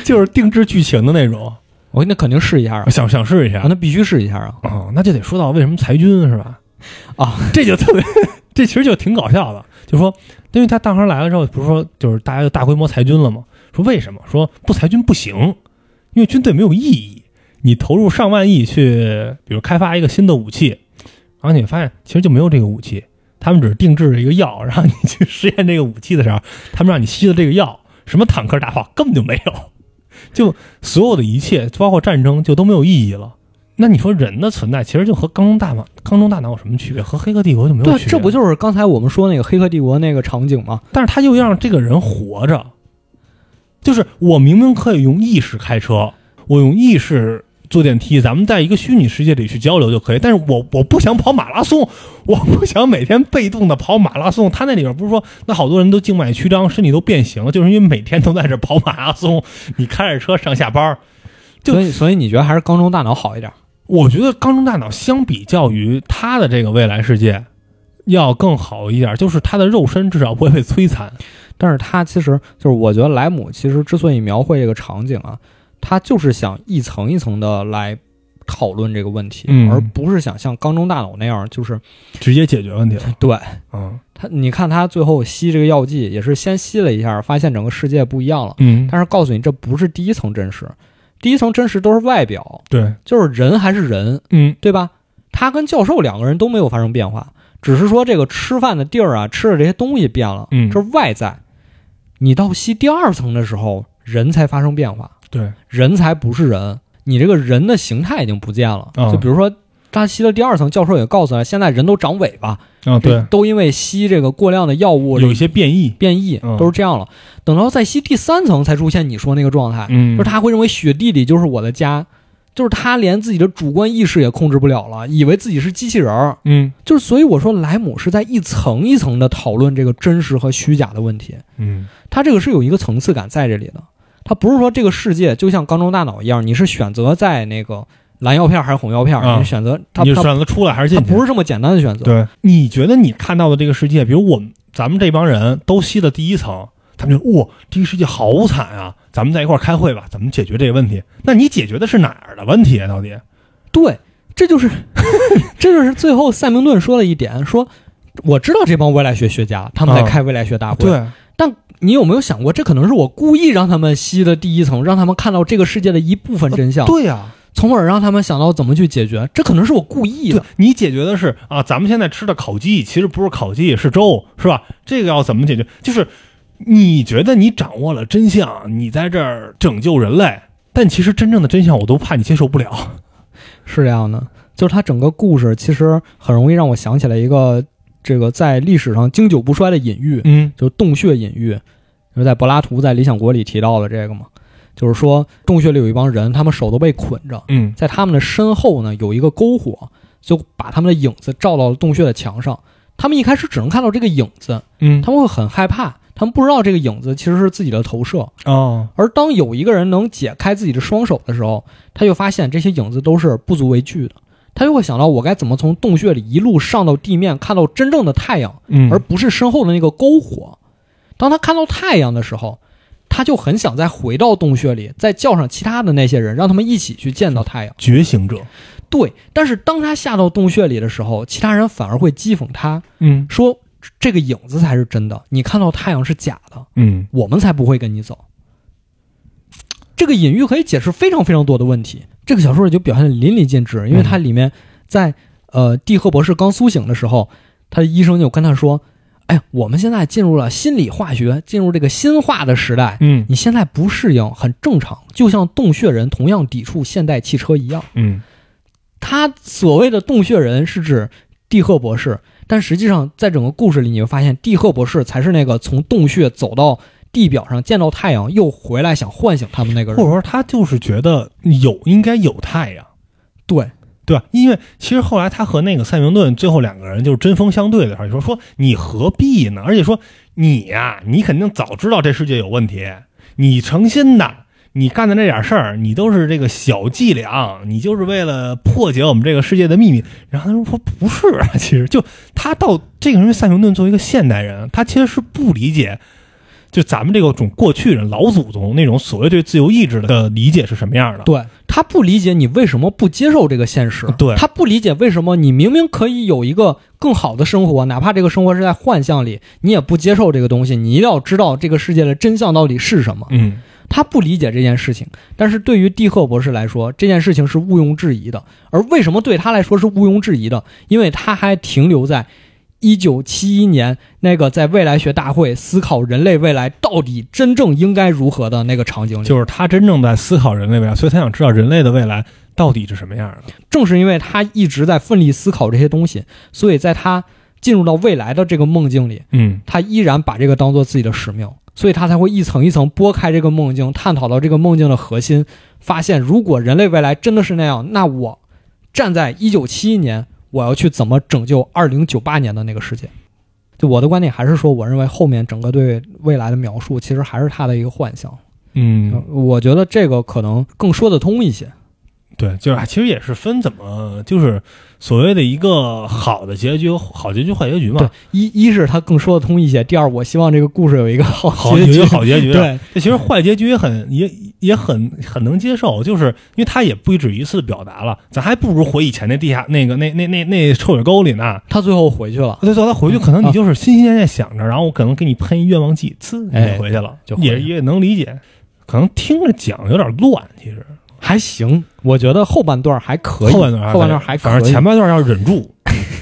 就是定制剧情的那种，
我那肯定试一下啊，
想想试一下
啊，那必须试一下啊！
哦，那就得说到为什么裁军是吧？
啊，
这就特别，这其实就挺搞笑的。就说，因为他当时来了之后，不是说就是大家就大规模裁军了吗？说为什么？说不裁军不行，因为军队没有意义。你投入上万亿去，比如开发一个新的武器，然后你发现其实就没有这个武器，他们只是定制了一个药，然后你去实验这个武器的时候，他们让你吸的这个药，什么坦克大炮根本就没有，就所有的一切，包括战争，就都没有意义了。那你说人的存在其实就和缸中大脑、缸中大脑有什么区别？和黑客帝国就没有
对啊，
区别。
这不就是刚才我们说那个《黑客帝国》那个场景吗？
但是他又让这个人活着，就是我明明可以用意识开车，我用意识坐电梯，咱们在一个虚拟世界里去交流就可以。但是我我不想跑马拉松， [LAUGHS] 我不想每天被动的跑马拉松。他那里边不是说，那好多人都静脉曲张，身体都变形了，就是因为每天都在这跑马拉松， [LAUGHS] 你开着车上下班儿。就
所以所以你觉得还是缸中大脑好一点？
我觉得缸中大脑相比较于他的这个未来世界，要更好一点，就是他的肉身至少不会被摧残。
但是他其实就是，我觉得莱姆其实之所以描绘这个场景啊，他就是想一层一层的来讨论这个问题，
嗯
而不是想像缸中大脑那样，就是
直接解决问题了。
对
嗯
他，你看他最后吸这个药剂也是先吸了一下，发现整个世界不一样了，
嗯，
但是告诉你这不是第一层真实，第一层真实都是外表，
对，
就是人还是人，
嗯
对吧？他跟教授两个人都没有发生变化，只是说这个吃饭的地儿啊，吃的这些东西变了，
嗯
这是外在。你到吸第二层的时候，人才发生变化，
对，
人才不是人，你这个人的形态已经不见了。
啊
就比如说他吸了第二层，教授也告诉他，现在人都长尾巴，
啊
这，都因为吸这个过量的药物
有一些变异，
变异，
嗯
都是这样了。等到再吸第三层，才出现你说那个状态，
嗯
就是他会认为雪地里就是我的家，就是他连自己的主观意识也控制不了了，以为自己是机器人儿。
嗯
就是所以我说，莱姆是在一层一层的讨论这个真实和虚假的问题，
嗯
他这个是有一个层次感在这里的。他不是说这个世界就像缸中大脑一样，你是选择在那个蓝药片还是红药片，
啊
你选择他
你就
他
选择出来还是进
他
去？
不是这么简单的选择。
对，你觉得你看到的这个世界，比如我们咱们这帮人都吸了第一层，他们就哇，这个世界好惨啊！咱们在一块儿开会吧，怎么解决这个问题？那你解决的是哪儿的问题啊？到底？
对，这就是这就是最后塞明顿说的一点，说我知道这帮未来学学家他们在
啊
开未来学大会，
对，
你有没有想过，这可能是我故意让他们吸的第一层，让他们看到这个世界的一部分真相，
对啊呀、
从而让他们想到怎么去解决。这可能是我故意
对
的。
你解决的是啊，咱们现在吃的烤鸡其实不是烤鸡，是粥，是吧？这个要怎么解决？就是你觉得你掌握了真相，你在这儿拯救人类，但其实真正的真相我都怕你接受不了。
是这样的，就是它整个故事其实很容易让我想起来一个这个在历史上经久不衰的隐喻，
嗯
就是洞穴隐喻，就是在柏拉图在《理想国》里提到的这个嘛，就是说洞穴里有一帮人，他们手都被捆着，
嗯
在他们的身后呢有一个篝火，就把他们的影子照到了洞穴的墙上。他们一开始只能看到这个影子，
嗯
他们会很害怕，他们不知道这个影子其实是自己的投射。
哦
而当有一个人能解开自己的双手的时候，他就发现这些影子都是不足为惧的。他就会想到我该怎么从洞穴里一路上到地面，看到真正的太阳，
嗯
而不是身后的那个篝火。当他看到太阳的时候，他就很想再回到洞穴里，再叫上其他的那些人，让他们一起去见到太阳。
觉醒者。
对，但是当他下到洞穴里的时候，其他人反而会讥讽他，
嗯
说这个影子才是真的，你看到太阳是假的，
嗯
我们才不会跟你走。这个隐喻可以解释非常非常多的问题。这个小说里就表现的淋漓尽致，因为它里面在呃蒂赫博士刚苏醒的时候，他的医生就跟他说：“哎，我们现在进入了心理化学，进入这个新化的时代，
嗯
你现在不适应很正常，就像洞穴人同样抵触现代汽车一样。”
嗯
他所谓的洞穴人是指蒂赫博士，但实际上在整个故事里，你会发现蒂赫博士才是那个从洞穴走到地表上见到太阳又回来想唤醒他们那个
或者
人。
说他就是觉得有应该有太阳，
对，
对吧？因为其实后来他和那个塞明顿最后两个人就是针锋相对的时候，说说你何必呢？而且说你呀、你肯定早知道这世界有问题，你成心的，你干的那点事儿，你都是这个小伎俩，你就是为了破解我们这个世界的秘密。然后他说不是啊，其实就他到这个人塞明顿作为一个现代人，他其实是不理解。就咱们这个种过去人老祖宗那种所谓对自由意志的理解是什么样的？
对他不理解你为什么不接受这个现实，
对
他不理解为什么你明明可以有一个更好的生活，哪怕这个生活是在幻象里，你也不接受这个东西，你一定要知道这个世界的真相到底是什么。
嗯
他不理解这件事情，但是对于蒂赫博士来说，这件事情是毋庸置疑的。而为什么对他来说是毋庸置疑的？因为他还停留在一九七一年那个在未来学大会思考人类未来到底真正应该如何的那个场景里。
就是他真正在思考人类未来，所以他想知道人类的未来到底是什么样的。
正是因为他一直在奋力思考这些东西，所以在他进入到未来的这个梦境里，
嗯
他依然把这个当做自己的使命，所以他才会一层一层剥开这个梦境，探讨到这个梦境的核心，发现如果人类未来真的是那样，那我站在一九七一年，我要去怎么拯救二零九八年的那个世界？就我的观点还是说，我认为后面整个对未来的描述其实还是他的一个幻想，
嗯，
我觉得这个可能更说得通一些。
对，就是哎其实也是分怎么，就是所谓的一个好的结局、好结局、坏结局
对
嘛。，
一一是他更说得通一些，第二我希望这个故事有一个好
好
结
有一
局。
个好结局，，
对，
这其实坏结局也很也也很很能接受，就是因为他也不止一次表达了，咱还不如回以前那地下那个那那那那臭水沟里呢。
他最后回去了。
对，最后他回去，可能
嗯啊
你就是心心念念想着，然后我可能给你喷一愿望剂，呲，你
哎
就回去了，
就回去
也
了
也能理解。可能听着讲有点乱，其实
还行，我觉得后半段还可以，
后半段
后半段还可以，
反正前半段要忍住。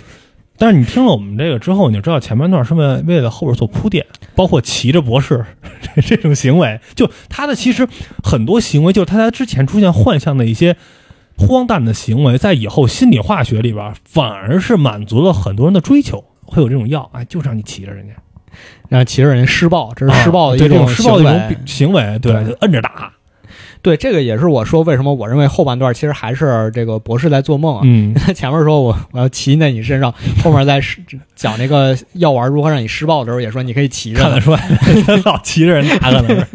[LAUGHS] 但是你听了我们这个之后，你就知道前半段是为为了后边做铺垫，包括骑着博士 [LAUGHS] 这这种行为，就他的其实很多行为，就是他在之前出现幻象的一些荒诞的行为，在以后心理化学里边反而是满足了很多人的追求，会有这种药，哎，就让你骑着人家。
让骑着人施暴，这是施暴的
啊对
一
这种施
行
暴的
为。
一种行为，对，啊
对
就摁着打，
对这个也是我说为什么我认为后半段其实还是这个博士在做梦啊。
嗯，
他 [LAUGHS] 前面说我我要骑在你身上，后面在施讲那个药丸如何让你施暴的时候，也说你可以骑
看
着
得。出来， [LAUGHS] 他老骑着人打可 [LAUGHS] 能是。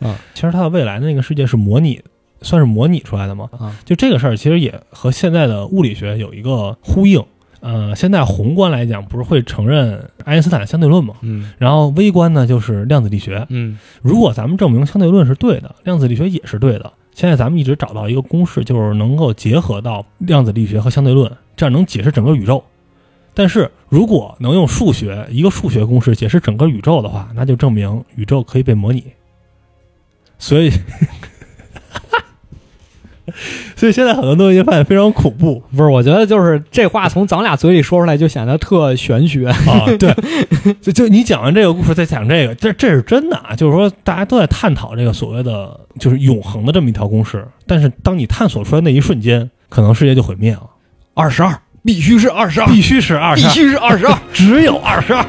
嗯，
其实他的未来的那个世界是模拟，算是模拟出来的嘛。
啊，
就这个事儿，其实也和现在的物理学有一个呼应。呃，现在宏观来讲，不是会承认爱因斯坦相对论嘛？
嗯
然后微观呢，就是量子力学。
嗯
如果咱们证明相对论是对的，量子力学也是对的，现在咱们一直找到一个公式，就是能够结合到量子力学和相对论，这样能解释整个宇宙。但是如果能用数学一个数学公式解释整个宇宙的话，那就证明宇宙可以被模拟。所以， [LAUGHS] 所以现在很多东西就发现非常恐怖
不是，我觉得就是这话从咱俩嘴里说出来就显得特玄学。
[LAUGHS] 啊！对，就就你讲完这个故事，再讲这个，这这是真的啊！就是说，大家都在探讨这个所谓的就是永恒的这么一条公式，但是当你探索出来那一瞬间，可能世界就毁灭了。
二十二必须是二十二，
必须是二
必
十二，
须是二十二。
只有二十二。